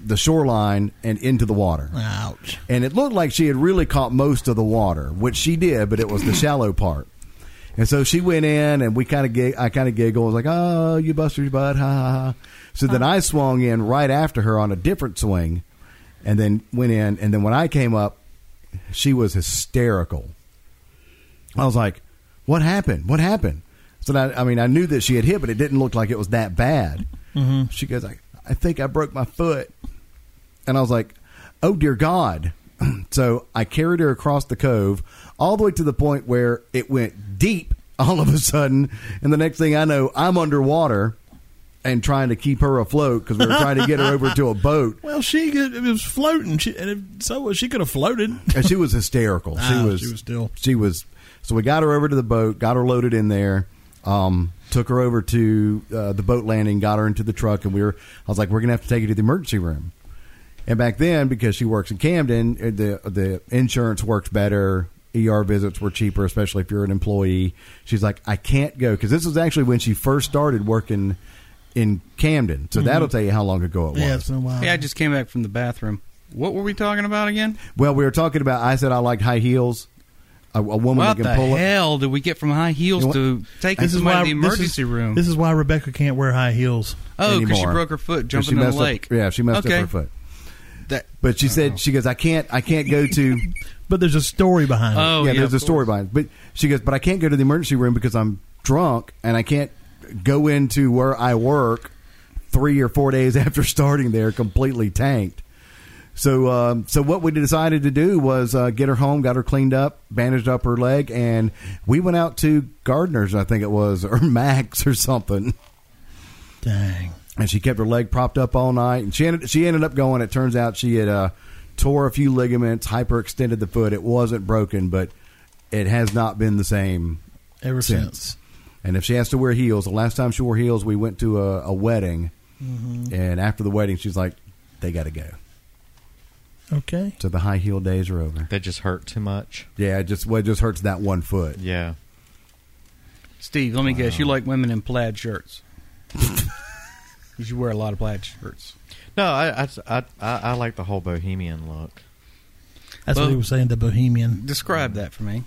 the shoreline and into the water.
Ouch.
And it looked like she had really caught most of the water, which she did, but it was the shallow part. And so she went in, and we kind of gig- I kind of giggled. I was like, "Oh, you busted your butt!" Ha ha ha. So then I swung in right after her on a different swing, and then went in. And then when I came up, she was hysterical. I was like, "What happened? What happened?" So then I, I mean, I knew that she had hit, but it didn't look like it was that bad. She goes, "I, I think I broke my foot," and I was like, "Oh dear God!" so I carried her across the cove, all the way to the point where it went deep all of a sudden, and the next thing I know, I'm underwater and trying to keep her afloat because we were trying to get her over to a boat.
Well, she could- it was floating. She, and if, so was- she could have floated.
and she was hysterical. She
Ah,
was
she was still-
she was. So we got her over to the boat, got her loaded in there, um, took her over to uh, the boat landing, got her into the truck, and we were. I was like, we're gonna have to take her to the emergency room. And back then, because she works in Camden, uh, the the insurance works better. ER visits were cheaper, especially if you're an employee. She's like, I can't go because this was actually when she first started working in Camden. So that'll tell you how long ago it was.
Yeah, it's been a while.
Hey, I just came back from the bathroom. What were we talking about again?
Well, we were talking about. I said I like high heels. A, a woman
What
that
the
can pull it.
hell did we get from high heels
You know
to taking
this is
somebody
why
to the
this is-
emergency room?
This is why Rebecca can't wear high heels.
oh, because she
anymore.
broke her foot
'Cause she
jumping in the
messed up-
lake.
yeah, she messed
Okay.
up her foot.
That-
But she said she goes, I can't, I can't go to.
But there's a story behind it.
Oh,
yeah,
yeah,
there's
of
a story behind. it. But she goes, but I can't go to the emergency room because I'm drunk and I can't go into where I work three or four days after starting there completely tanked. So, um, so what we decided to do was uh, get her home, got her cleaned up, bandaged up her leg, and we went out to Gardner's, I think it was, or Max or something
Dang.
and she kept her leg propped up all night. And she ended, she ended up going. It turns out she had uh, tore a few ligaments, hyperextended the foot. It wasn't broken, but it has not been the same
Ever since.
since. And if she has to wear heels, the last time she wore heels, we went to a, a wedding, and after the wedding, she's like, "They got to go."
Okay.
So the high heel days are over.
That just hurt too much.
Yeah, it just well, it just hurts that one foot.
Yeah.
Steve, let me guess. You like women in plaid shirts? 'Cause you wear a lot of plaid shirts.
No, I I, I, I I like the whole bohemian look.
That's what
Well-
he was saying. The Bohemian.
Describe that for me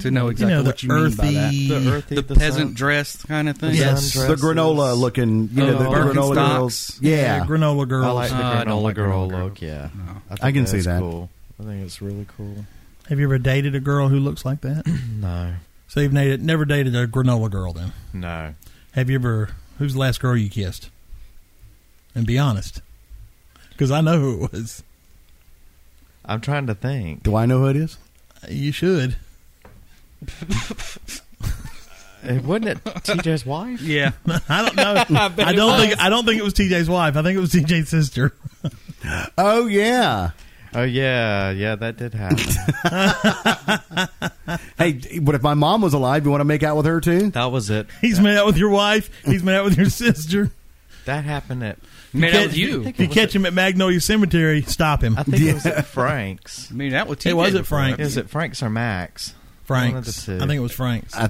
to know exactly
know, the
what you mean by that.
earthy- The
The earthy,
The,
the
peasant
sun-
dress kind of thing.
the
Yes.
The
sundresses.
granola looking, you know,
Oh,
the granola
Birkenstocks.
girls. Yeah,
granola
I
girls.
like the
Uh, I don't
granola
like
girl
granola
look.
girls.
Yeah,
No.
think
I can see
that's
that.
Cool. I think it's really cool.
Have you ever dated a girl who looks like that?
No,
so you've dated, never dated a granola girl then?
no,
Have you ever? Who's the last girl you kissed? And be honest, because I know who it was.
I'm trying to think.
Do I know who it is?
You should.
Uh, Wasn't it TJ's wife?
Yeah.
I don't know. I, don't think. I don't think it was TJ's wife. I think it was TJ's sister.
Oh yeah.
Oh yeah, yeah, that did happen.
Hey, d- but if my mom was alive, you want to make out with her too?
that was it.
He's made out with your wife. He's made out with your sister.
That happened at.
Made out
Catch-
with you.
If you catch him at Magnolia Cemetery, stop him.
I think it was at Frank's.
Made out with
It
TJ
wasn't
before.
Frank.
Is it Frank's or Max? One of the
Frank's.
two.
I think it was Frank's.
I,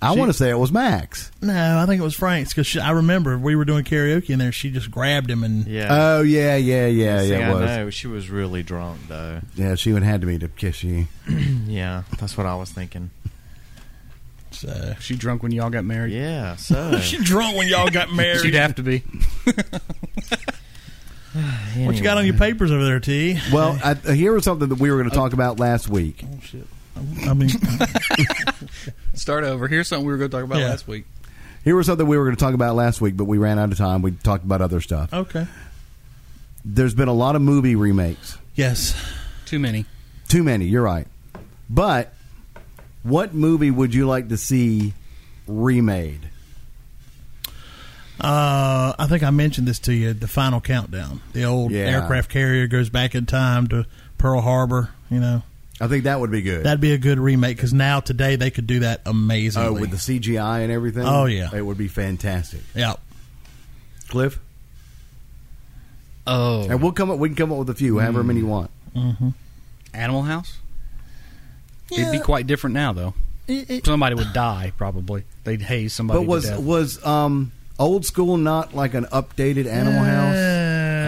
I want to say it was Max.
no, I think it was Frank's because I remember we were doing karaoke in there. She just grabbed him and
Yeah.
Oh yeah, yeah, yeah,
See,
yeah. It was.
I know she was really drunk though.
Yeah, she would had to be to kiss you.
Yeah, that's what I was thinking.
so.
She drunk when y'all got married.
Yeah, so
She drunk when y'all got married.
She'd have to be.
What you got on your papers over there, T?
Well, I, uh, here was something that we were
Oh.
going to talk about last week.
Oh, shit. I mean,
Start over. Here's something we were going to talk about
Yeah.
last week.
Here was something we were going to talk about last week, but we ran out of time. We talked about other
Oh.
stuff.
okay.
There's been a lot of movie remakes.
Yes.
Too many.
Too many. You're right. But what movie would you like to see remade?
Uh, I think I mentioned this to you. The final countdown. The old
Yeah.
aircraft carrier goes back in time to Pearl Harbor. You know,
I think that would be good.
that'd be a good remake because now today they could do that amazingly.
oh, with the CGI and everything.
Oh, yeah.
it would be fantastic.
yeah.
Cliff,
Oh.
and we'll come up. We can come up with a few, however many you want.
Animal House? It'd be
Yeah.
quite different now, though.
It- it-
Somebody would die, probably. They'd haze somebody.
But was
to death.
was um old school not like an updated Animal House?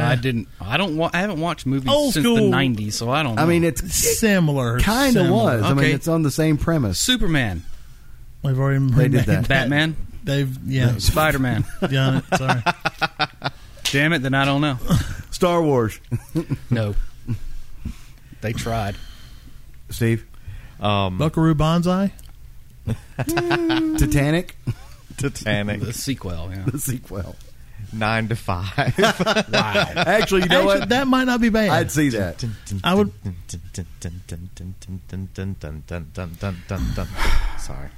I
Uh,
didn't. I don't. Wa- I haven't watched movies
Old
since
school.
the '90s, so I don't. Know.
I mean, it's it
similar.
kind of
similar.
was. I mean,
Okay.
it's on the same premise.
Superman,
They've already
They did
remade
that.
Batman,
They've yeah
Spider-Man.
done it. Sorry.
Damn it! Then I don't know.
Star Wars,
No, they tried.
Steve,
um,
Buckaroo Banzai.
Titanic,
Titanic
The sequel. Yeah.
the sequel.
nine to five.
Wow.
Actually, you know
Actually,
what?
that might not be bad.
I'd see that.
I would-
Sorry.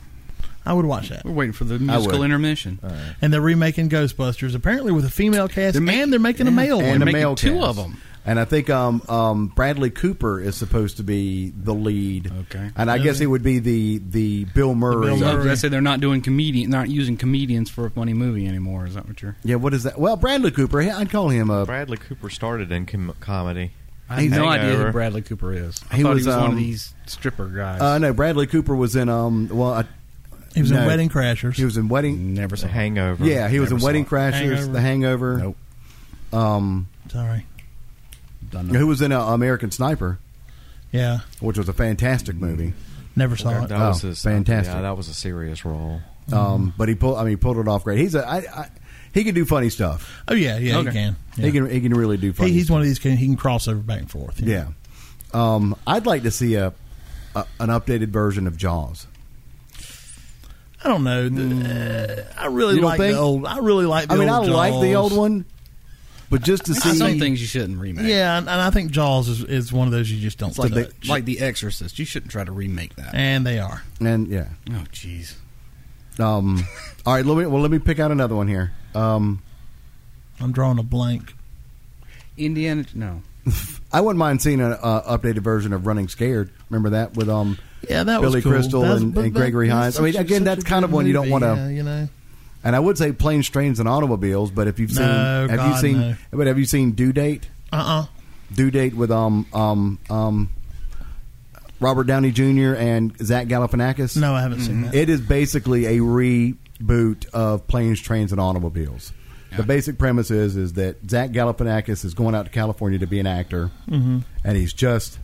I would watch that.
We're waiting for the
I
musical
would.
intermission.
And they're remaking Ghostbusters apparently with a female cast,
They're ma-
and they're making a male
And
one.
a
They're making
male
two
cast.
of 'em.
And I think um, um, Bradley Cooper is supposed to be the lead.
Okay.
And I guess it would be the the Bill Murray.
Bill
So
Murray.
I say they're not doing comedian, not using comedians for a funny movie anymore. Is that what you're?
Yeah, what is that? Well, Bradley Cooper. yeah, I'd call him a.
Bradley Cooper started in com- comedy.
I have no idea who
Hangover.
Bradley Cooper is. I
He
thought
was,
he was one
um,
of these stripper guys.
Uh, no, Bradley Cooper was in. Um, well, I,
He was
No.
in Wedding Crashers.
he was in Wedding.
Never saw.
The Hangover.
Yeah, he was
Never
in
saw
Wedding
it.
Crashers,
Hangover.
The Hangover.
Nope.
Um,
Sorry.
Done
who was in uh, American Sniper,
Yeah.
which was a fantastic movie.
Never saw it.
That was
Oh,
his,
fantastic.
Yeah, that was a serious role.
Mm-hmm.
Um, but he pulled. I mean, he pulled it off great. He's a. I, I, he can do funny stuff.
Oh yeah, yeah,
Okay.
he can. Yeah.
He can. He can really do funny.
He- he's
stuff.
one of these can he can cross over back and forth. you know.
Yeah. Um, I'd like to see a, a an updated version of Jaws.
I don't know. The- uh, I really
Mm. You don't
like
think?
the old. I really like. The
I mean, I
old
like the
Jaws.
old one, but just to see
Some things you shouldn't remake.
Yeah, and, and I think Jaws is, is one of those you just don't
It's like,
touch.
the, like The Exorcist. You shouldn't try to remake that.
and they are.
and yeah.
Oh, jeez.
Um, all right, let me well let me pick out another one here. Um,
I'm drawing a blank.
Indiana. No.
I wouldn't mind seeing an uh, updated version of Running Scared. Remember that with um
Yeah, that
Billy
was cool.
Crystal
That was-
and,
but
and
that-
Gregory
that's
Hines. I mean,
such a-
again,
such
that's
a
kind of
good
one you don't
movie,
want to.
yeah, you know.
And I would say Planes, Trains, and Automobiles, but if you've seen,
No,
have you
God,
seen,
no.
but have you seen Due Date?
Uh uh
Due Date with um um um Robert Downey Jr. and Zach Galifianakis.
No, I haven't seen that.
It is basically a reboot of Planes, Trains, and Automobiles. The basic premise is is that Zach Galifianakis is going out to California to be an actor,
Mm-hmm.
and he's just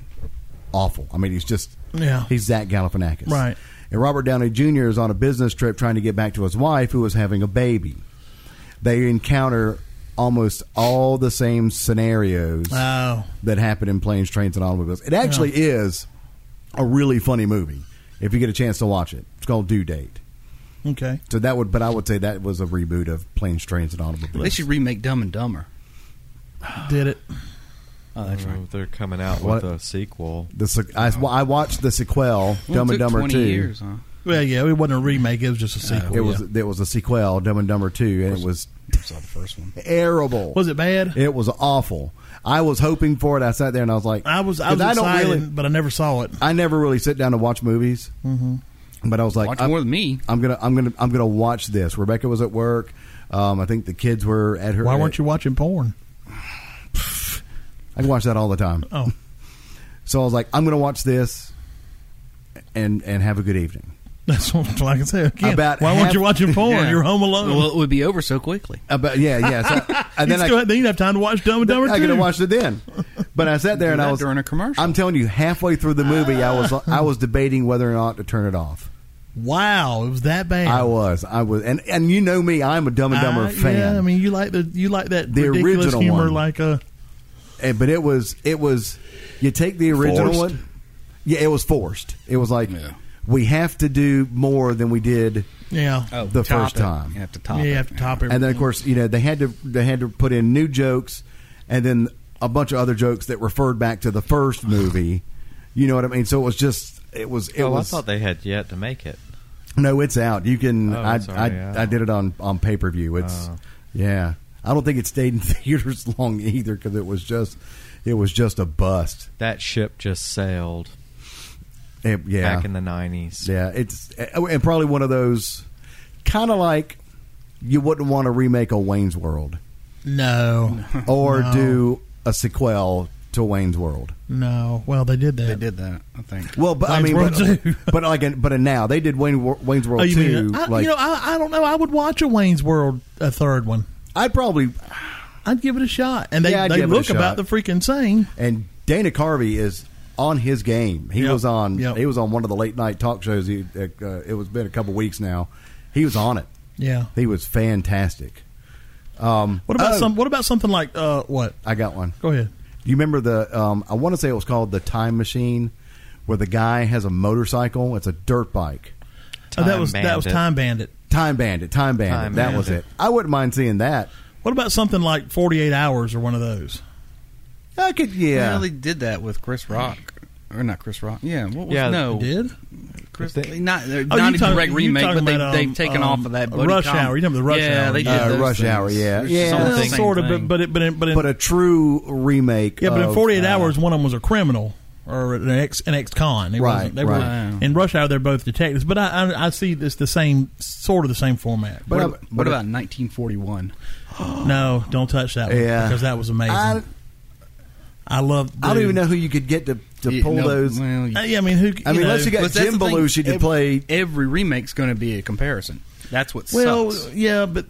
awful. I mean, he's just
Yeah.
he's Zach Galifianakis,
Right.
And Robert Downey Jr. is on a business trip trying to get back to his wife, who is having a baby. They encounter almost all the same scenarios
Oh,
that happen in planes, trains, and automobiles. It actually is a really funny movie if you get a chance to watch it. It's called Due Date.
okay.
So that would, but I would say that was a reboot of Planes, Trains, and Automobiles.
They should remake Dumb and Dumber.
Did it.
Oh, that's right.
Oh, They're coming out
What?
with a sequel.
the, se- I, I watched the sequel,
Well,
Dumb
it
and
took
Dumber
20
Two.
Years, huh?
Well, yeah, it wasn't a remake. It was just a sequel.
It was
yeah.
there was a sequel, Dumb and Dumber Two, and it was
I saw the first one.
terrible.
Was it bad?
It was awful. I was hoping for it. I sat there and I was like,
I was I
'cause
was excited,
don't really,
but I never saw it.
I never really sit down to watch movies. Mm-hmm. But I was like,
Watch
I'm,
more than me.
I'm gonna, I'm gonna, I'm gonna watch this. Rebecca was at work. Um, I think the kids were at her.
Why weren't you watching porn?
I can watch that all the time.
Oh,
So I was like, I'm gonna watch this, and and have a good evening.
that's what like I said. Again,
About
why weren't
half-
you watching porn?
Yeah.
You're home alone.
Well, it would be over so quickly.
Uh, but yeah, yeah. So, and
You
then
still
I,
had- then you'd have time to watch Dumb and Dumber
I could
too.
have watched it then. But I sat there and
Do
I
that
was
during a commercial.
I'm telling you, halfway through the movie, I was I was debating whether or not to turn it off.
wow, it was that bad.
I was, I was, and and you know me, I'm a Dumb and Dumber
I-
fan.
Yeah, I mean, you like the you like that
The
ridiculous
original
humor,
one.
like uh, a
And- but it was it was you take the original
Forced?
one. Yeah, it was forced. It was like
Yeah.
we have to do more than we did.
yeah.
Oh,
The
top
first
it.
time.
You have to top
yeah,
it.
you have to top it.
And then of course, you know, they had to they had to put in new jokes and then a bunch of other jokes that referred back to the first movie. You know what I mean? So it was just it was it
oh,
was
I thought they had yet to make it.
No, it's out. You can.
Oh,
I,
it's
I,
already out.
I did it on on pay per view. It's
Oh.
yeah. I don't think it stayed in theaters long either because it was just it was just a bust.
That ship just sailed
It- yeah,
back in the nineties.
yeah. It's eh, and probably one of those kind of like you wouldn't want to remake a Wayne's World
no,
or
No.
do a sequel to Wayne's World.
no. Well, they did that.
They did that, I think.
Well, but I
Wayne's
mean,
World
but,
two.
but like, in- but in now they did Wayne, Wor- Wayne's World
Oh, you
two.
mean I,
like,
you know? I, I don't know. I would watch a Wayne's World a third one.
I'd probably
I'd give it a shot, and they
Yeah, I'd
they
give it a
look
shot.
about the freaking same.
and Dana Carvey is on his game. He
Yep.
was on.
Yep.
He was on one of the late night talk shows. He, uh, it was been a couple weeks now. He was on it.
Yeah.
He was fantastic.
What about
Oh.
some? What about something like uh what?
I got one.
Go ahead.
Do you remember the? Um, I want to say it was called the Time Machine, where the guy has a motorcycle. It's a dirt bike.
Oh, that
Time
was that was
Bandit.
Time Bandit.
Time Bandit. Time Bandit.
Time
that was it.
Bandit.
I wouldn't mind seeing that.
What about something like Forty Eight Hours or one of those?
I could. Yeah.
Well, they did that with Chris Rock. Or not Chris Rock. Yeah, what was
Yeah,
no?
Did
Chris,
They-
not they're
Oh,
not
you
a
talking-
direct
you
remake,
talking
but they,
about,
they've
um,
taken
um,
off of that. buddy
Rush
comedy.
Hour. You're talking about Rush
yeah,
Hour.
they did
Uh,
those
Rush
things.
Hour, yeah.
It's
Yeah.
all the
Well,
same
sort of,
thing.
but but it, but it, but, it,
but a true remake.
yeah, but in
of,
Forty Eight Hours,
uh,
one of them was a criminal or an ex an ex con.
Right,
they
right.
Were, in Rush Hour, they're both detectives, but I I, I see this the same sort of the same format.
But
what,
I-
ab- what about 1941?
no, don't touch that one
Yeah.
because that was amazing.
I,
I, love.
I don't even know who you could get to, to pull
no,
those.
Well, you-
Uh, yeah, I mean, who?
I mean,
know,
unless you got
But that's
Jim
the thing,
Belushi to
ev-
play
every remake's going to be a comparison. That's what
Well,
sucks.
yeah, but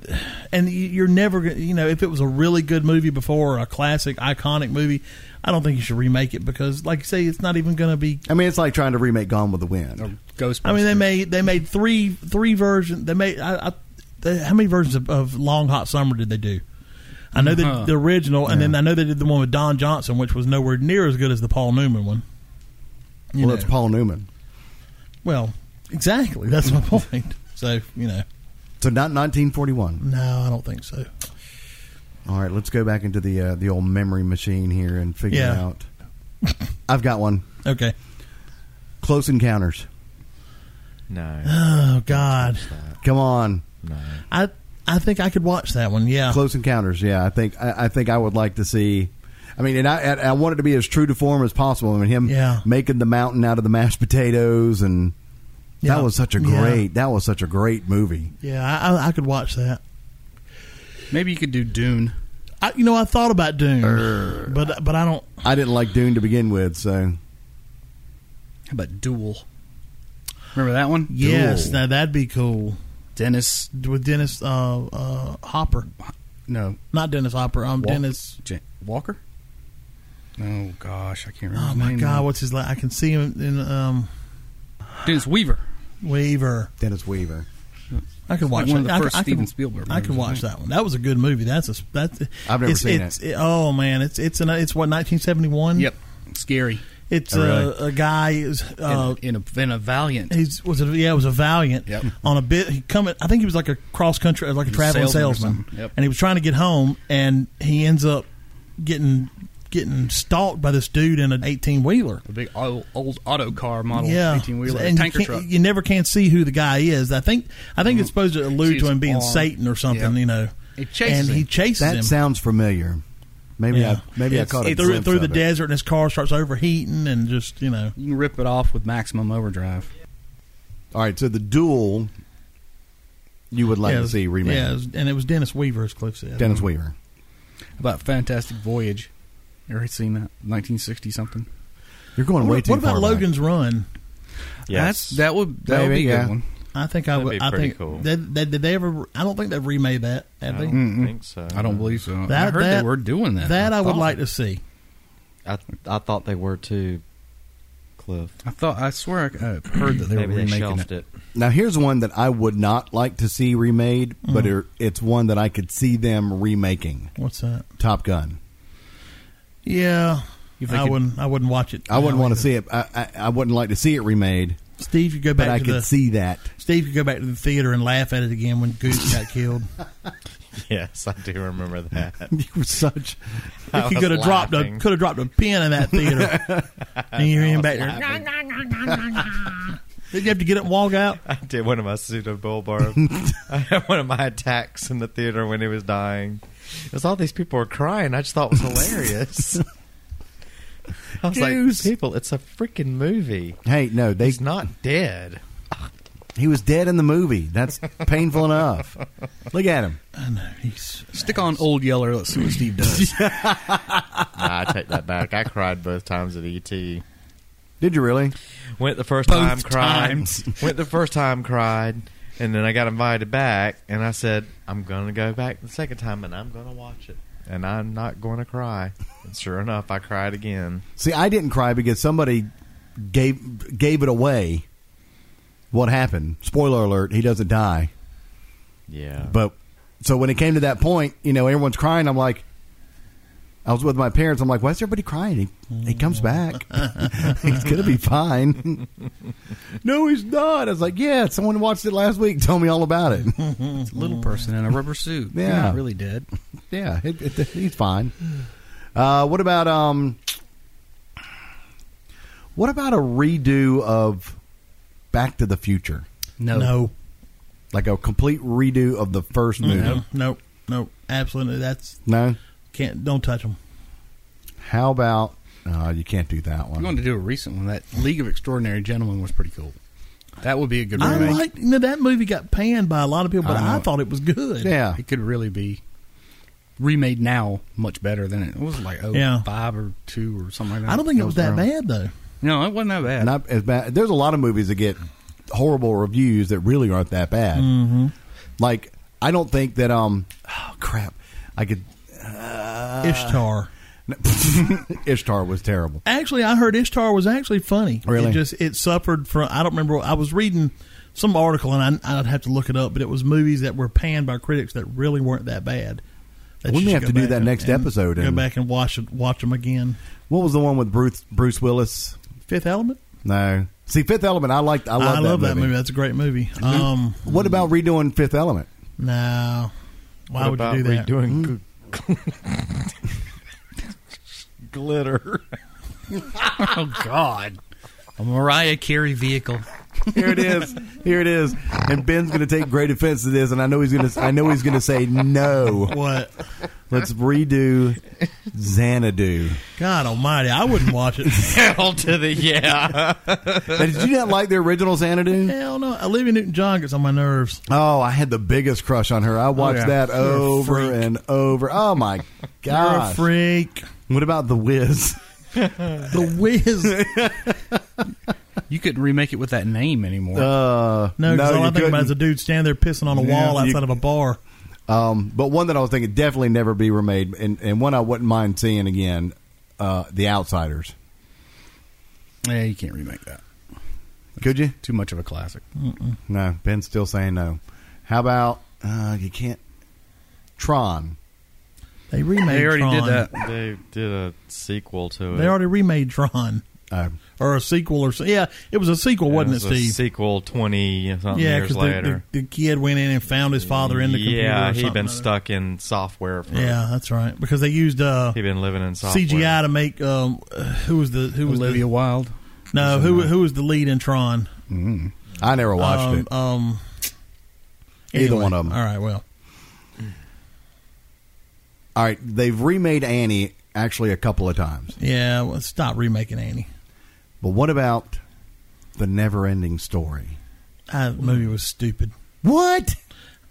and y- you're never gonna, you know if it was a really good movie before a classic iconic movie, I don't think you should remake it because like you say, it's not even going to be.
I mean, it's like trying to remake Gone with the
Oh,
Wind.
Or Ghostbusters.
I mean, they made they made three three versions. They made I, I, they, how many versions of, of Long Hot Summer did they do? I know they
Uh-huh.
did the original, and then I know they did the one with Don Johnson, which was nowhere near as good as the Paul Newman one. You
well,
know.
it's Paul Newman.
Well, exactly. That's my point. So you know,
So not 1941.
no, I don't think so.
All right, let's go back into the uh, the old memory machine here and figure it
Yeah.
out. I've got one.
Okay.
Close Encounters.
No,
Oh God.
Come on,
no.
I I think I could watch that one. Yeah.
Close Encounters. Yeah, I think I, I think I would like to see. I mean, and I and I want it to be as true to form as possible. I mean, him
Yeah.
making the mountain out of the mashed potatoes, and
Yeah.
that was such a
Yeah.
great that was such a great movie.
Yeah, I, I- I could watch that.
Maybe you could do Dune.
I, you know, I thought about Dune,
Er,
but but I don't.
I didn't like Dune to begin with, so
How about Duel? Remember that one?
Yes,
Duel.
now that'd be cool
Dennis.
with Dennis uh, uh, Hopper,
No,
not Dennis Hopper. Um,
Walker.
Dennis.
Jan- Walker. Oh gosh, I can't remember.
Oh
his
my
name uh,
God,
now.
what's his? La- I can see him in um,
Dennis Weaver.
Weaver.
Dennis Weaver.
I could
It's
watch
like one
that.
of the
I
first
could, I could-
Steven Spielberg
I could
movies, I
watch
think.
that one. That was a good movie. That's a that's.
I've never
it's,
seen
it's, oh man, it's it's an, it's what 1971.
Yep, scary.
It's
Oh, really?
a, a guy is uh,
in, in a in a valiant.
he's was it, yeah it was a valiant
Yep.
on a bit he coming I think he was like a cross country like a
was
traveling
salesman or
salesman,
something. Yep.
and he was trying to get home and he ends up getting getting stalked by this dude in an eighteen wheeler.
A big old, old auto car model,
Yeah,
eighteen wheeler,
and
tanker
you,
truck.
can't- you never can see who the guy is. I think I think
Mm-hmm.
it's supposed to allude
See
to
his
him being
arm.
Satan or something,
Yeah.
you know.
He chases
and he
him.
chases
That
him.
sounds familiar. Maybe
Yeah.
I maybe
It's-
I caught a
it's through,
glimpse
through
of
the
it.
desert, and his car starts overheating, and just you know,
you can rip it off with maximum overdrive.
All right, so the duel you would like
yeah,
to see remade.
Yeah, it was- and it was Dennis Weaver, as Cliff said.
Dennis Weaver.
How About Fantastic Voyage. You ever seen that? Nineteen sixty something.
You're going way
What,
too
what
far
about
back.
Logan's Run?
Yes.
That's, that would that would
Maybe,
be a
yeah.
good one.
I think I
That'd
would.
be
I
pretty
think
cool.
did, did, did they ever? I don't think they've remade that. Have
I
they?
don't
Mm-mm.
think so.
I don't believe so. I
That-
heard
that-
they were doing that.
That I would
thought-
like to see.
I, I thought they were too, Cliff.
I thought I swear I uh, heard that they were
Maybe they
remaking
shelved it.
it.
Now here's one that I would not like to see remade, but it, it's one that I could see them remaking.
What's that?
Top Gun.
Yeah,
You think
I
it-
wouldn't. I wouldn't watch it.
I wouldn't
No,
want to
either.
see it. I, I, I wouldn't like to see it remade,
Steve. You go back
but I
to
could
the
see that.
Steve. You go back to the theater and laugh at it again when Goose got killed.
Yes, I do remember that.
You were such.
I
he
was
could have dropped a
laughing.
could have dropped a pin in that theater, and you hear him back there. Did you have to get it and walk out?
I did one of my pseudo bulbarb. I had one of my attacks in the theater when he was dying. It was all these people were crying. I just thought it was hilarious. I was
Goose.
like, people, it's a freaking movie.
Hey, no, they.
He's not dead.
He was dead in the movie. That's painful enough. Look at him.
I know he's.
Stick on Old Yeller. Let's see what Steve does.
Nah, I take that back. I cried both times at E ET.
Did you really?
Went the first
Both
time, cried.
times.
Went the first time, cried, and then I got invited back, and I said, "I'm gonna go back the second time, and I'm gonna watch it, and I'm not going to cry." And sure enough, I cried again.
See, I didn't cry because somebody gave gave it away. What happened? Spoiler alert: He doesn't die.
Yeah,
But so when it came to that point, you know, everyone's crying. I'm like, I was with my parents. I'm like, why is everybody crying? He, he comes back. he's gonna be fine. no, he's not. I was like, yeah. Someone watched it last week. Told me all about it.
It's a
Mm-hmm.
little person in a rubber suit. You're
Yeah.
not really dead.
yeah, it, it, he's fine. Uh, what about um? What about a redo of Back to the Future?
No,
No,
Like a complete redo of the first movie?
no, no, no. Absolutely, that's
No.
can't. Don't touch him.
How about? Uh, you can't do that
If
one.
you want to do a recent one, that League of Extraordinary Gentlemen was pretty cool. That would be a good
I
remake.
like you know, that movie got panned by a lot of people, but
I
I,
know.
thought it was good.
yeah,
it could really be remade now much better than it, it was like oh
Yeah.
five or two or something like that.
I don't think it
That
was
was
that
wrong.
bad though.
No, it wasn't that bad.
not as bad. There's a lot of movies that get horrible reviews that really aren't that bad. Mm-hmm. Like I don't think that um oh crap I could Uh,
Ishtar.
Ishtar was terrible.
Actually, I heard Ishtar was actually funny.
Really?
It just it suffered from I don't remember. I was reading some article and I, I'd have to look it up, but it was movies that were panned by critics that really weren't that bad. That
We
you
may have
should go
to do
back
that
and-
next
and
episode
Go
and-
back and watch it, watch them again.
What was the one with Bruce Bruce Willis?
Fifth Element.
No, see Fifth Element. I liked. I love,
I
that,
love
movie.
that movie. That's a great movie. Um,
What about redoing Fifth Element?
no, why
What
would
about
you do that? Mm.
Redoing gl- glitter.
oh God, a Mariah Carey vehicle.
Here it is. Here it is. And Ben's going to take great offense to this, and I know he's going to. I know he's going to say no.
What?
Let's redo Xanadu.
God Almighty! I wouldn't watch it.
Hell to the yeah.
Now, did you not like the original Xanadu?
Hell no! Olivia Newton-John gets on my nerves.
Oh, I had the biggest crush on her. I watched
yeah.
that
Oh, You're a
over
freak.
and over. Oh my
Ah,
gosh!
You're a freak.
What about the Wiz?
The Wiz.
You couldn't remake it with that name anymore.
Uh,
No, because
you
all I think about
couldn't.
is a dude standing there pissing on a wall
Yeah, you-
outside of a bar.
Um, but one that I was thinking definitely never be remade, and, and one I wouldn't mind seeing again, uh, The Outsiders.
yeah, you can't remake that.
Could you?
Too much of a classic.
No, Ben's still saying no. How about uh, you can't Tron?
They remade.
They already
Tron.
did that.
They did a sequel to it.
They already remade Tron
Uh,
or a sequel or so. Yeah, it was a sequel,
It
wasn't it,
was a
Steve?
sequel twenty something
yeah,
years
the, the,
later.
the kid went in and found his father in the computer. or
yeah, he'd
something
been
or other.
stuck in software. For,
Yeah, that's right. Because they used uh,
he'd been living in software.
CGI to make um, uh, who was the who was
Olivia Wilde.
The, no, who who was the lead in Tron?
mm. I never watched
um,
it.
Um,
Either
anyway.
one of 'em.
All right, well,
All right, they've remade Annie actually a couple of times.
yeah, well, stop remaking Annie.
But what about the never-ending story?
That movie was stupid.
What?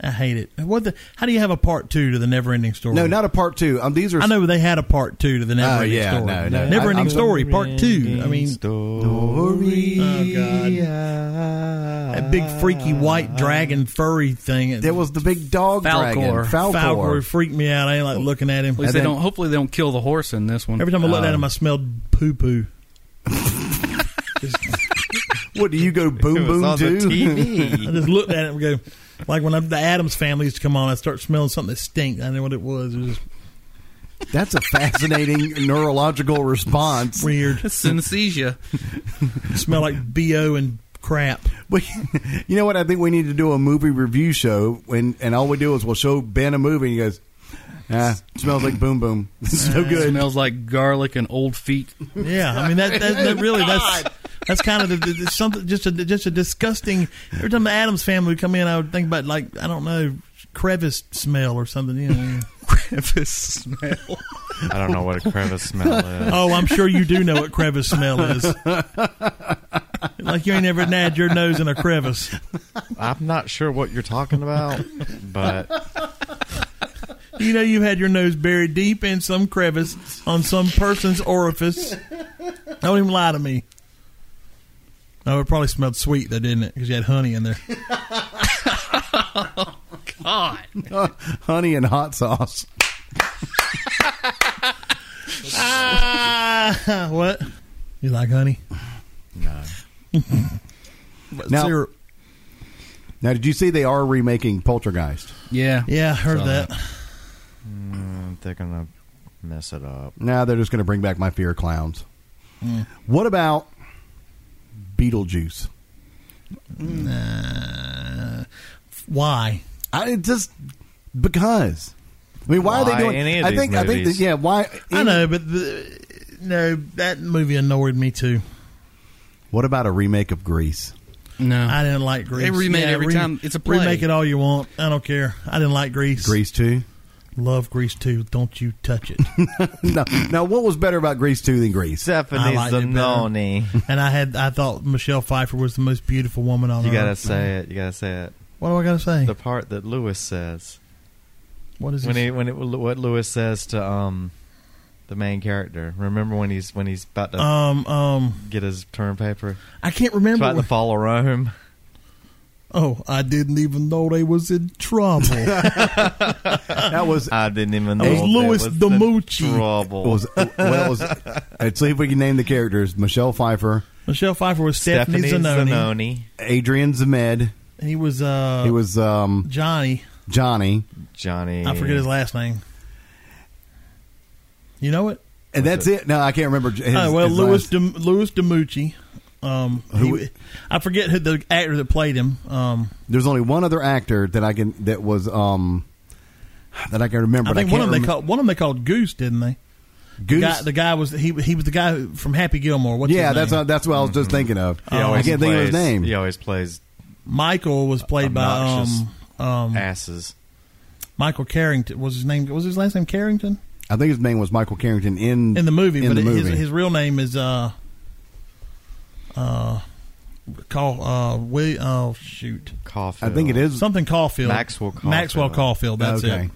I hate it. What the? How do you have a part two to the never ending story?
No, not a part two. Um, these are
I know they had a part two to the never ending
yeah,
story.
no, no.
never
I-
ending
I'm-
story, part two. I mean,
story.
Oh, God. that big freaky white dragon furry thing.
There was the big dog
Falcor.
dragon, Falcor.
Falcor freaked me out. I ain't like looking at him.
At least they
then- um,
don't. Hopefully, they don't kill the horse in this one. Um,
Every time I looked at him, I smelled poo poo.
What do you go
It
boom
was
boom
on the
too?
I
TV.
just looked at it and go, like when I'm, the Adams family used to come on, I start smelling something that stinks. I didn't know what it was. It was just
That's a fascinating neurological response.
weird.
It's synesthesia.
smell like bo and crap.
We, you know what? I think we need to do a movie review show, and and all we do is we'll show Ben a movie, and he goes, "Ah, smells like boom boom. It's no
It
good."
smells like garlic and old feet.
Yeah, I mean that, that, that really that's that's kind of the, the, the- something just a just a disgusting. Every time the Adams family would come in, I would think about like I don't know crevice smell or something. You know.
Crevice smell.
I don't know what a crevice smell is.
oh, I'm sure you do know what crevice smell is. like you ain't ever nabbed your nose in a crevice.
I'm not sure what you're talking about, but
You know you've had your nose buried deep in some crevice on some person's orifice. Don't even lie to me. Oh, it probably smelled sweet though, didn't it? Because you had honey in there.
God.
Honey and hot sauce.
Ah, what? You like honey?
no.
Now-
Syrup.
Now, did you see they are remaking Poltergeist?
Yeah.
Yeah, I heard
Saw
that.
Mm, They're gonna mess it up.
Now they're just going to bring back my fear of clowns. What about Beetlejuice?
Nah. Uh, Why?
I it just because. I mean, why, are
Why
they doing?
any of
I
these
think. I think. That,
movies?
yeah. Why?
I know, but the, no, that movie annoyed me too.
What about a remake of Grease?
No.
I didn't like Grease.
They remade every time. It's a play.
remake it all you want. I don't care. I didn't like Grease.
Grease two.
Love Grease too. Don't you touch it.
No. now, what was better about Grease two than Grease?
Stephanie
liked it better.
Zanoni.
and I had I thought Michelle Pfeiffer was the most beautiful woman on
You
earth.
gotta say it. You gotta say it.
What do I gotta say?
The part that Lewis says
what is
when
this?
he when it what Lewis says to um the main character. Remember when he's when he's about to
um um
get his term paper?
I can't
It's
remember.
about
What,
the fall of Rome.
oh, I didn't even know they was in trouble.
That was. it
I didn't even know.
was
that
Louis
was
Damucci.
The trouble.
was well. It was. Let's see if we can name the characters: Michelle Pfeiffer,
Michelle Pfeiffer was Stephanie,
Stephanie
Zanoni.
Zanoni.
Adrian Zemed.
He was uh
He was um,
Johnny.
Johnny,
Johnny.
I forget his last name. You know it?
and
Was
that's it. No, I can't remember. His,
oh, well,
his
Louis
last-
Dem- Louis DiMucci. Um,
Who-
he- I forget who the actor that played him. Um,
There's only one other actor that I can. That was um. That I can remember.
I
but
think one of
can't
them they
remem-
called one of them they called Goose, didn't they? The
Goose.
guy, the guy was he he was the guy who- from Happy Gilmore. What's
yeah, that's
his name? Mm-hmm.
what, that's what I was just thinking of.
He
I
always
can't think of his
plays-
name.
He always plays
Michael was played by
Obnoxious.
um, um,
asses.
Michael Carrington. Was his name? Was his last name Carrington
I think his name was Michael Carrington in
in the movie?
In
but
the
it-
movie,
His, his real name is uh uh call uh Will oh shoot
Caulfield.
I think it is.
something Caulfield
Maxwell Caulfield.
Maxwell Caulfield. That's
okay.
it.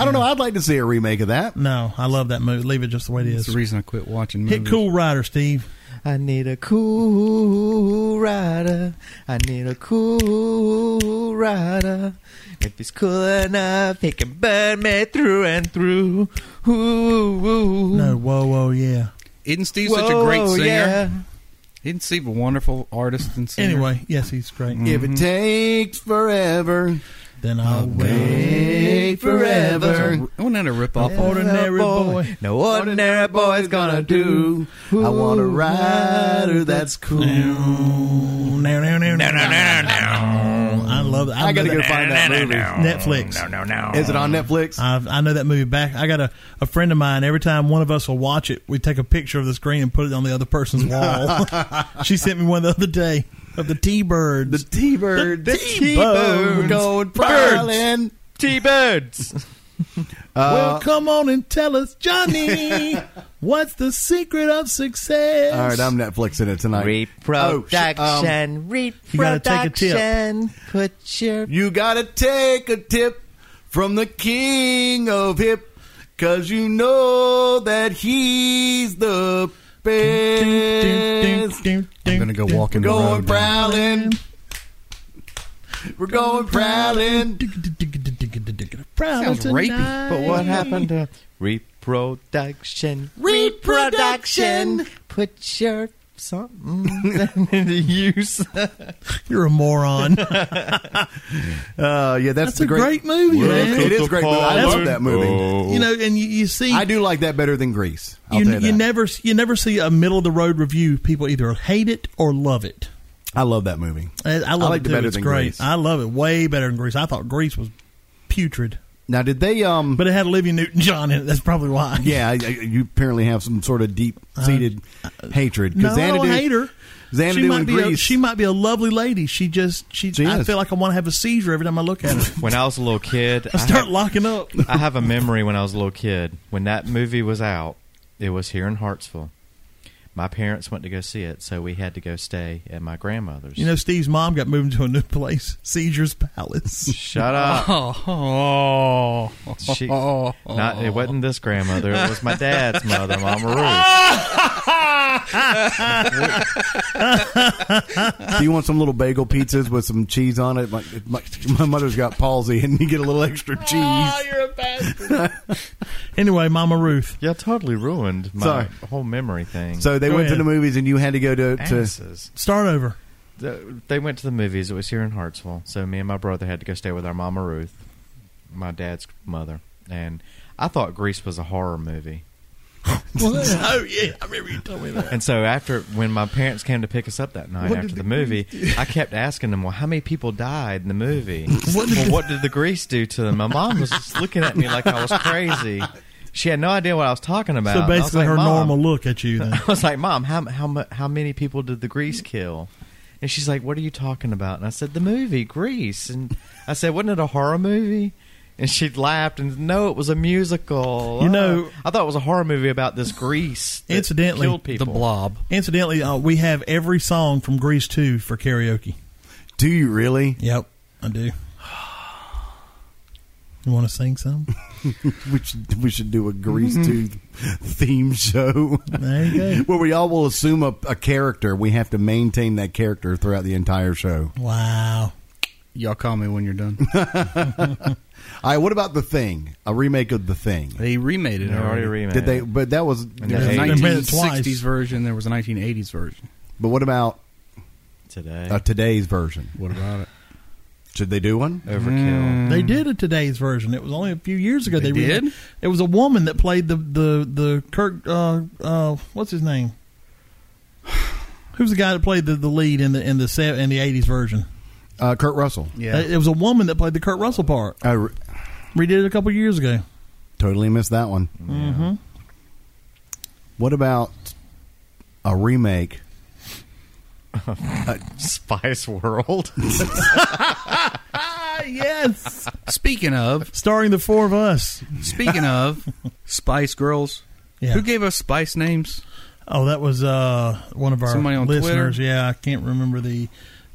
I don't know. I'd like to see a remake of that.
No, I love that movie. Leave it just the way it
That's
is.
the reason I quit watching movies.
Hit Cool Rider, Steve.
I need a cool rider. I need a cool rider. If he's cool enough, he can burn me through and through. Ooh, ooh, ooh.
Mm. No, whoa, whoa, yeah.
Isn't Steve such a great
Whoa,
singer?
yeah.
He's a wonderful artist and singer.
Anyway, yes, he's great. Mm.
If it takes forever,
Then I'll
wait forever.
Wasn't that a rip off?
Yeah. Ordinary boy.
No ordinary boy's gonna do.
I want a rider that's cool.
No, no, no, no, no, no, no, no. I love that.
I gotta
know
go
that-
find that movie.
Netflix.
No, no, no.
Is it on Netflix?
I've, I know that movie back. I got a, a friend of mine. Every time one of us will watch it, we take a picture of the screen and put it on the other person's wall. she sent me one the other day of the T-Birds.
The T-Bird,
The
the
T-Birds.
T-Bird going prowling.
T-Birds.
uh,
well, come on and tell us, Johnny, what's the secret of success?
All right, I'm Netflixing it tonight. Oh, sh- um,
You gotta take a tip.
reproduction. Put your
you gotta take a tip from the king of hip, cause you know that he's the best.
I'm
gonna go walk in
We're
the
going
road. now.
prowling. We're going prowling.
Sounds
rapey.
But what happened to reproduction?
Reproduction.
Put your something into use.
You're a moron.
Uh, yeah, that's,
That's
the
a great movie, man.
It is a great movie. I love that movie.
Oh.
you know, and you, you see,
I do like that better than Grease. I'll
you,
tell you, that.
you never you never see a middle of the road review. People either hate it or love it.
I love that movie.
I, I love
I liked it
it too.
better
it's
than
great.
Grease.
I love it way better than Grease. I thought Grease was putrid,
Now, did they? Um,
but it had Olivia Newton John in it. That's probably why.
yeah, I, I, you apparently have some sort of deep seated hatred. 'Cause
Uh, No, I don't
Xanadu-
hate her.
Xanadu
she might
and
be a,
Grease.
she might be a lovely lady. She just she.
She
I
is.
feel like I want to have a seizure every time I look at her.
When I was a little kid,
I
I
start
had-
locking up.
I have a memory when I was a little kid. When that movie was out, it was here in Hartsville. My parents went to go see it, so we had to go stay at my grandmother's.
You know, Steve's mom got moved to a new place, Seizures Palace.
Shut up.
Oh, oh,
She, not, it wasn't this grandmother. It was my dad's mother, Mama Ruth.
Do you want some little bagel pizzas with some cheese on it? My, my, my mother's got palsy, and you get a little extra
Uh,
cheese.
anyway, Mama Ruth.
Yeah, totally ruined my
Sorry.
whole memory thing.
So they
Go
went
ahead.
to the movies, and you had to go to. to
Asses.
Start over.
The- They went to the movies. It was here in Hartsville. So me and my brother had to go stay with our Mama Ruth, my dad's mother. And I thought Grease was a horror movie.
oh yeah, I remember you told me that.
And so after when my parents came to pick us up that night
What
after
did
the
the
movie, I kept asking them, "Well, how many people died in the movie?
What did
well,
the-
what did the grease do to them?" My mom was just looking at me like I was crazy. She had no idea what I was talking about.
So
And I was
basically,
like,
her
"Mom,"
normal look at you. Then.
I was like, "Mom, how how mu- how many people did the grease kill?" And she's like, "What are you talking about?" And I said, "The movie Grease." And I said, "Wasn't it a horror movie?" And she laughed and no, it was a musical.
You
Ah.
know-
I thought it was a horror movie about this grease. that
Incidentally,
killed people.
the blob.
Incidentally, uh, we have every song from Grease 2 for karaoke.
do you really?
Yep, I do. You want to sing some?
We should, we should do a Grease Tooth theme show.
Mm-hmm. There you
Where we all will assume a, a character. We have to maintain that character throughout the entire show.
go. Wow.
Y'all call me when you're done.
All right, what about The Thing? A remake of The Thing.
they remade it
They already
already.
remade.
Did they?
it.
But that was.
Yeah.
There's a
They
made it twice.
1960s version. There was a 1980s version.
But what about
today?
uh, today's version?
What about it? Mm,
Should they do one?
Uh,
Overkill.
They did a today's version. It was only a few years ago. They,
They
re-
did?
It was a woman that played the the the Kirk. Uh, uh, what's his name? Who's the guy that played the, the lead in the in the se- in the eighties version?
Uh, Kurt Russell.
Yeah.
Uh, It was a woman that played the Kurt Russell part.
I re-
Redid it a couple years ago.
totally missed that one.
Mm-hmm.
What about a remake?
Spice World.
Ah, yes.
Uh, Speaking of,
Starring the four of us.
speaking of Spice Girls.
Yeah.
Who gave us Spice names?
Oh, that was uh, one of our
Somebody on
listeners.
Twitter?
Yeah, I can't remember the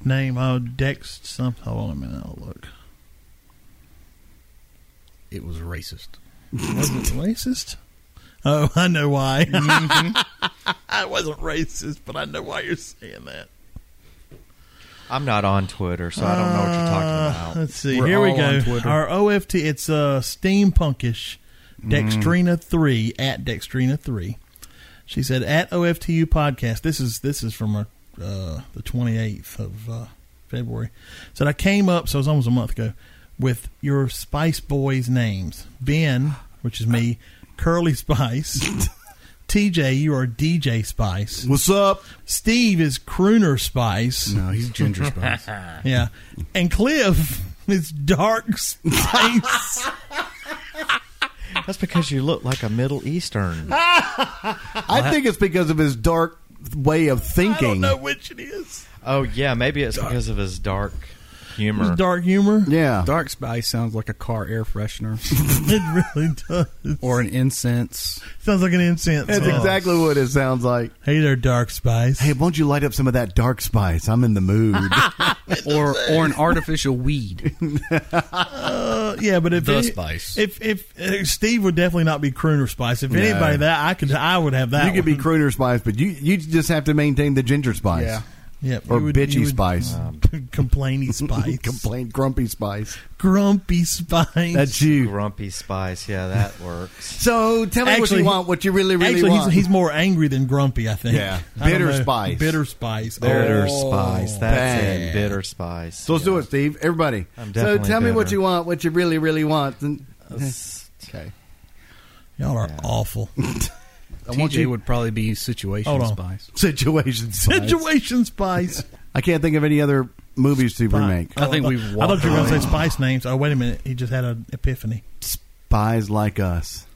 name. Oh, Dex something. Hold on a minute. I'll look.
It was racist.
Was it racist? Oh, I know why. I wasn't racist, but I know why you're saying that.
I'm not on Twitter, so I don't know what you're
Uh,
talking about.
let's see.
We're
Here we
all on
go.
Twitter.
Our OFT. It's uh, steampunkish. Dextrina three at Dextrina three. She said at OFTU podcast. This is this is from a uh, the 28th of uh, February. Said I came up, so it was almost a month ago, with your Spice Boys names. Ben, which is me, Curly Spice. TJ, you are DJ Spice.
What's up?
Steve is Crooner Spice.
No, he's ginger spice.
Yeah. And Cliff is Dark Spice.
That's because you look like a Middle Eastern.
I think it's because of his dark way of
I don't
thinking.
know which it is.
Oh yeah, maybe it's because of his dark humor.
It's dark humor.
Yeah.
Dark spice sounds like a car air freshener
It really does.
or an incense.
Sounds like an incense.
That's
Oh.
exactly what it sounds like.
Hey there, Dark Spice.
Hey, won't you light up some of that dark spice? I'm in the mood.
or or an artificial weed.
Uh, yeah, but if
The
any-
Spice.
if if uh, Steve would definitely not be crooner spice. If anybody that I could, I would have that.
you could be
one.
crooner spice, but you you just have to maintain the ginger spice.
Yeah.
yeah, you
Or
would- you
bitchy
would- um,
spice.
complainy spice,
Complain grumpy spice.
grumpy spice.
That's you.
Grumpy Spice, yeah, that works.
So tell me what
Actually,
you want, what you really, really
Actually,
want.
he's, he's more angry than grumpy. I think.
Yeah.
I don't
Bitter
know.
spice.
Bitter spice.
Bitter
Oh.
Spice, that's
bad.
it. Bitter Spice.
so let's do it, Steve. Everybody.
I'm
so
definitely
tell me what
bitter.
you want, what you really, really want. And,
it.
okay.
Y'all are awful.
I
TJ
want you.
would probably be situation
Hold on.
spice.
Situation spice.
Situation spice.
I can't think of any other movies to remake.
I think
thought-
we've
I thought you were going
walked
to say spice names. Oh wait a minute, he just had an epiphany.
Spies like us.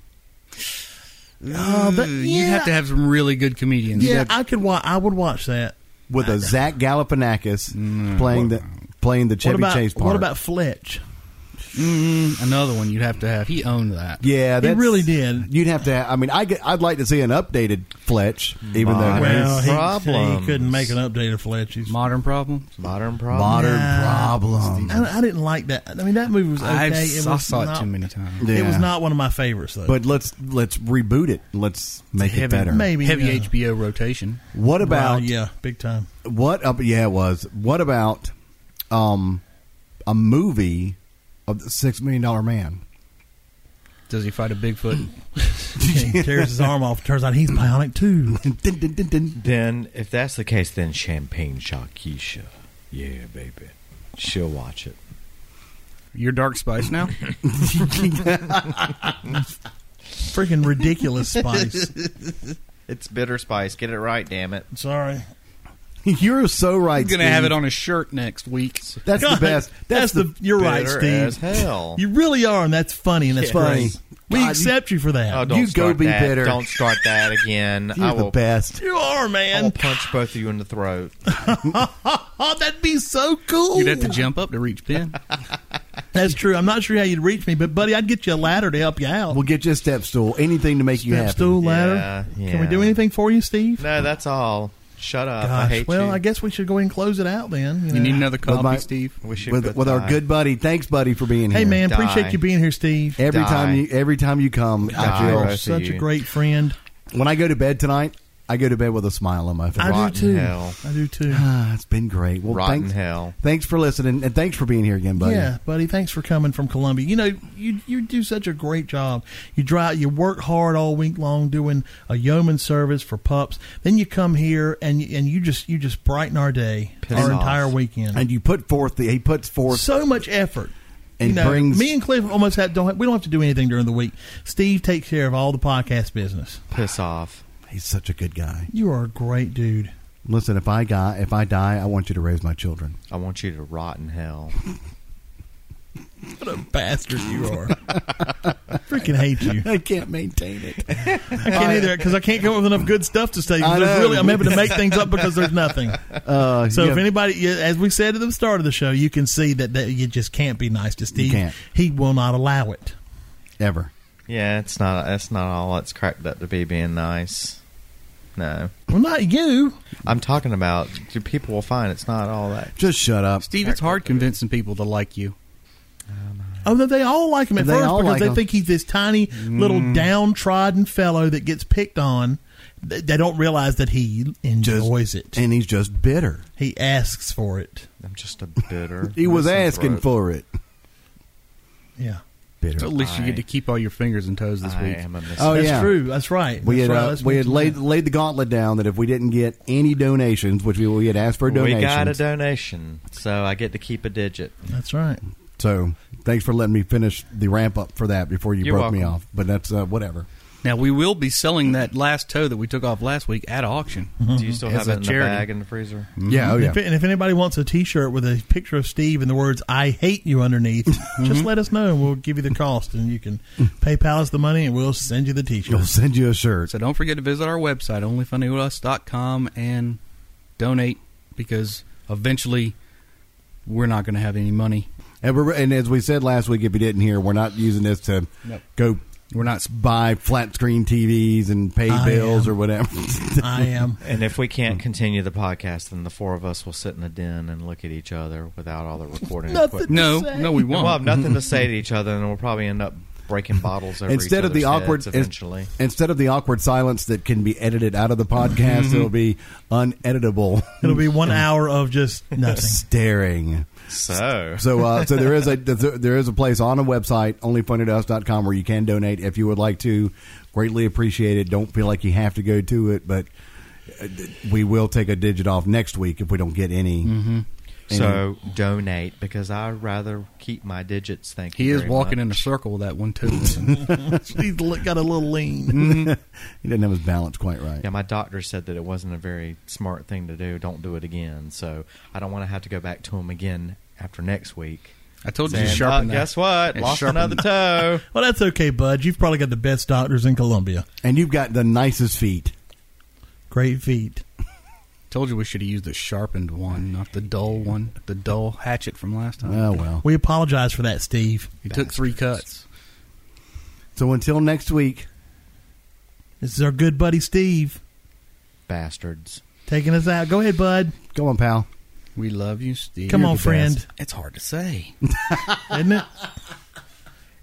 Oh, that-
You
yeah.
have to have some really good comedians.
Yeah, I could. Wa- I would watch that.
with a Zach Galifianakis playing the playing the Chevy
what about
Chase part.
what about Fletch?
Mm, another one you'd have to have. He owned that.
Yeah,
He
Uh, that's,
really did.
You'd have to. Have, I mean, I get, I'd like to see an updated Fletch, even
Modern.
though
Well, he,
Problems.
he couldn't make an update of Fletch. He's-
Modern problem.
Modern problem.
modern
Nah.
problem.
I, I didn't like that. I mean, that movie was okay.
I've,
it
s-
was
I saw
not-
it too many times.
Yeah.
It was not one of my favorites though.
But let's let's reboot it. Let's make it
Heavy-
better.
Maybe,
heavy
yeah.
HBO rotation.
What about
Wow, yeah, big time.
what? Up, yeah, it was. What about um a movie of the Six Million Dollar Man?
Does he fight a Bigfoot?
he tears his arm off. Turns out he's bionic too.
Dun, dun, dun, dun.
Then, if that's the case, then Champagne Shakisha. Yeah, baby. She'll watch it.
You're dark spice now.
Freaking ridiculous spice.
It's Bitter Spice. Get it right, damn it.
Sorry.
You're so right.
He's gonna have
Steve.
it on his shirt next week.
That's the best.
That's, the, You're right,
Bitter
Steve.
as hell.
You really are, and that's funny, and that's
Funny.
great. We
God,
accept you for that.
Oh, don't
You go
start
be
that.
bitter.
Don't start that again.
You're
I will.
the best.
you are,
I will
man.
punch both of you in the throat.
Oh, that'd be so cool.
You'd have to jump up to reach Ben.
That's true. I'm not sure how you'd reach me, but buddy, I'd get you a ladder to help you out.
We'll get you a step stool. Anything to make you
Step
happy.
stool ladder.
Yeah,
Can we
yeah.
do anything for you, Steve?
No, that's all. Shut up. I
Gosh.
hate
well,
you.
I guess we should go ahead and close it out then.
You need another coffee,
my-
Steve.
we should
with
go
with our
die.
good buddy. Thanks, buddy, for being
Hey
here.
man,
Die.
appreciate you being here, Steve.
Every
Die.
time you every time you come,
Die,
I
Russ.
feel
Such a
you.
great friend.
when I go to bed tonight, I go to bed with a smile on my face.
I
Rotten
do too.
hell.
I do too.
Ah, it's been great. Well,
Rotten
thanks,
hell.
thanks for listening, and thanks for being here again, buddy.
Yeah, buddy. Thanks for coming from Columbia. You know, you you do such a great job. You drive, you work hard all week long doing a yeoman service for pups. Then you come here and and you just you just brighten our day,
Piss
our
off.
entire weekend.
And you put forth the he puts forth.
so much effort.
And
you know,
brings-
me and Cliff almost have, don't have, we don't have to do anything during the week. Steve takes care of all the podcast business.
Piss off.
he's such a good guy.
You are a great dude.
Listen, if I die, if I die, I want you to raise my children.
I want you to rot in hell.
What a bastard you are! Freaking hate you.
I can't maintain it.
I can't either because I can't come up with enough good stuff to say. 'cause
I
there's
know.
Really, I'm having to make things up because there's nothing.
Uh,
So
yeah.
if anybody, yeah, as we said at the start of the show, you can see that, that you just can't be nice to Steve.
can't.
He will not allow it.
ever,
Yeah, it's not. That's not all it's cracked up to be. Being nice. No,
Well, not you.
I'm talking about your people will find it's not all that.
just shut up.
Steve, it's hard convincing people to like you.
Oh, no, they all like him at
They
first
all
because
like
they
him. Mm.
think he's this tiny little downtrodden fellow that gets picked on. They they don't realize that he enjoys it.
And he's just bitter.
He asks for it.
I'm just a bitter.
He was
misanthrope.
asking for it.
Yeah.
bitter.
So at least you get to keep all your fingers and toes this
I
week.
am a
Oh,
that's
yeah.
true. That's right.
We
That's
had,
right.
uh,
Let's
we had
mention
laid,
that.
laid the gauntlet down that if we didn't get any donations, which we, we had asked for donations.
We got a donation, so I get to keep a digit.
That's right.
so thanks for letting me finish the ramp up for that before you
You're
broke me
welcome.
off. But that's uh, whatever.
Now we will be selling that last toe that we took off last week at auction.
Do you still have
As a
it in
charity.
the bag in the freezer?
Yeah, oh yeah.
If, and if anybody wants a T-shirt with a picture of Steve and the words "I hate you" underneath, just let us know and we'll give you the cost, and you can PayPal us the money, and we'll send you the
We'll
T-shirt.
send you a shirt.
So don't forget to visit our website, onlyfunnywithus.com, and donate because eventually we're not going to have any money.
And, we're, and as we said last week, if you didn't hear, we're not using this to
Nope.
go
We're not. s-
buy flat screen TVs and pay
I
bills
am.
or whatever.
I am.
And if we can't continue the podcast, then the four of us will sit in a den and look at each other without all the recording
Nothing.
equipment.
No,
Say.
no, we
And We'll have
won't.
nothing to say to each other, and we'll probably end up breaking bottles over
instead
each
of the
other's
awkward
heads eventually.
instead of the awkward silence that can be edited out of the podcast, it'll be uneditable
It'll be one hour of just nothing.
staring.
So,
So, uh, so there is a there is a place on a website, onlyfunnytous.com, where you can donate if you would like to. Greatly appreciate it. Don't feel like you have to go to it, but uh, we will take a digit off next week if we don't get any.
so donate because I'd rather keep my digits. Thank you.
He is
very
walking in a
much.
circle with that one toe.
He's li- got a little lean.
He didn't have his balance quite right.
Yeah, my doctor said that it wasn't a very smart thing to do. Don't do it again. So I don't want to have to go back to him again after next week.
I told you to
Saying,
sharpen
"Uh,
that.
guess what?
It's
Lost
sharpened.
another toe.
Well, that's okay, Bud. You've probably got the best doctors in Columbia.
And you've got the nicest feet.
Great feet.
Told you we should have used the sharpened one, not the dull one, the dull hatchet from last time.
Oh well.
We apologize for that, Steve.
he took three cuts.
So until next week,
This is our good buddy Steve
Bastards.
taking us out. Go ahead, Bud.
go on, pal.
We love you, Steve.
Come
You're
on,
the
friend.
best.
It's hard to say.
Isn't it?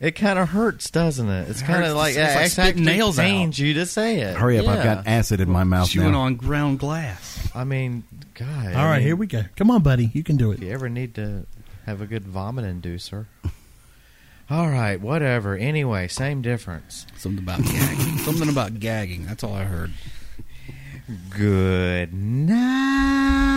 It kind of hurts, doesn't it? It's
It
kind
hurts.
of like
It's like
it
spitting
actually
nails out.
pains you to say it.
Hurry up! I've
Yeah.
got acid in my mouth
Chewing
now.
on ground glass.
I mean, God.
All right, here we go. Come on, buddy. You can do
If
it.
you ever need to have a good vomit inducer. All right, whatever. Anyway, same difference.
Something about gagging. Something about gagging. That's all I heard.
Good night.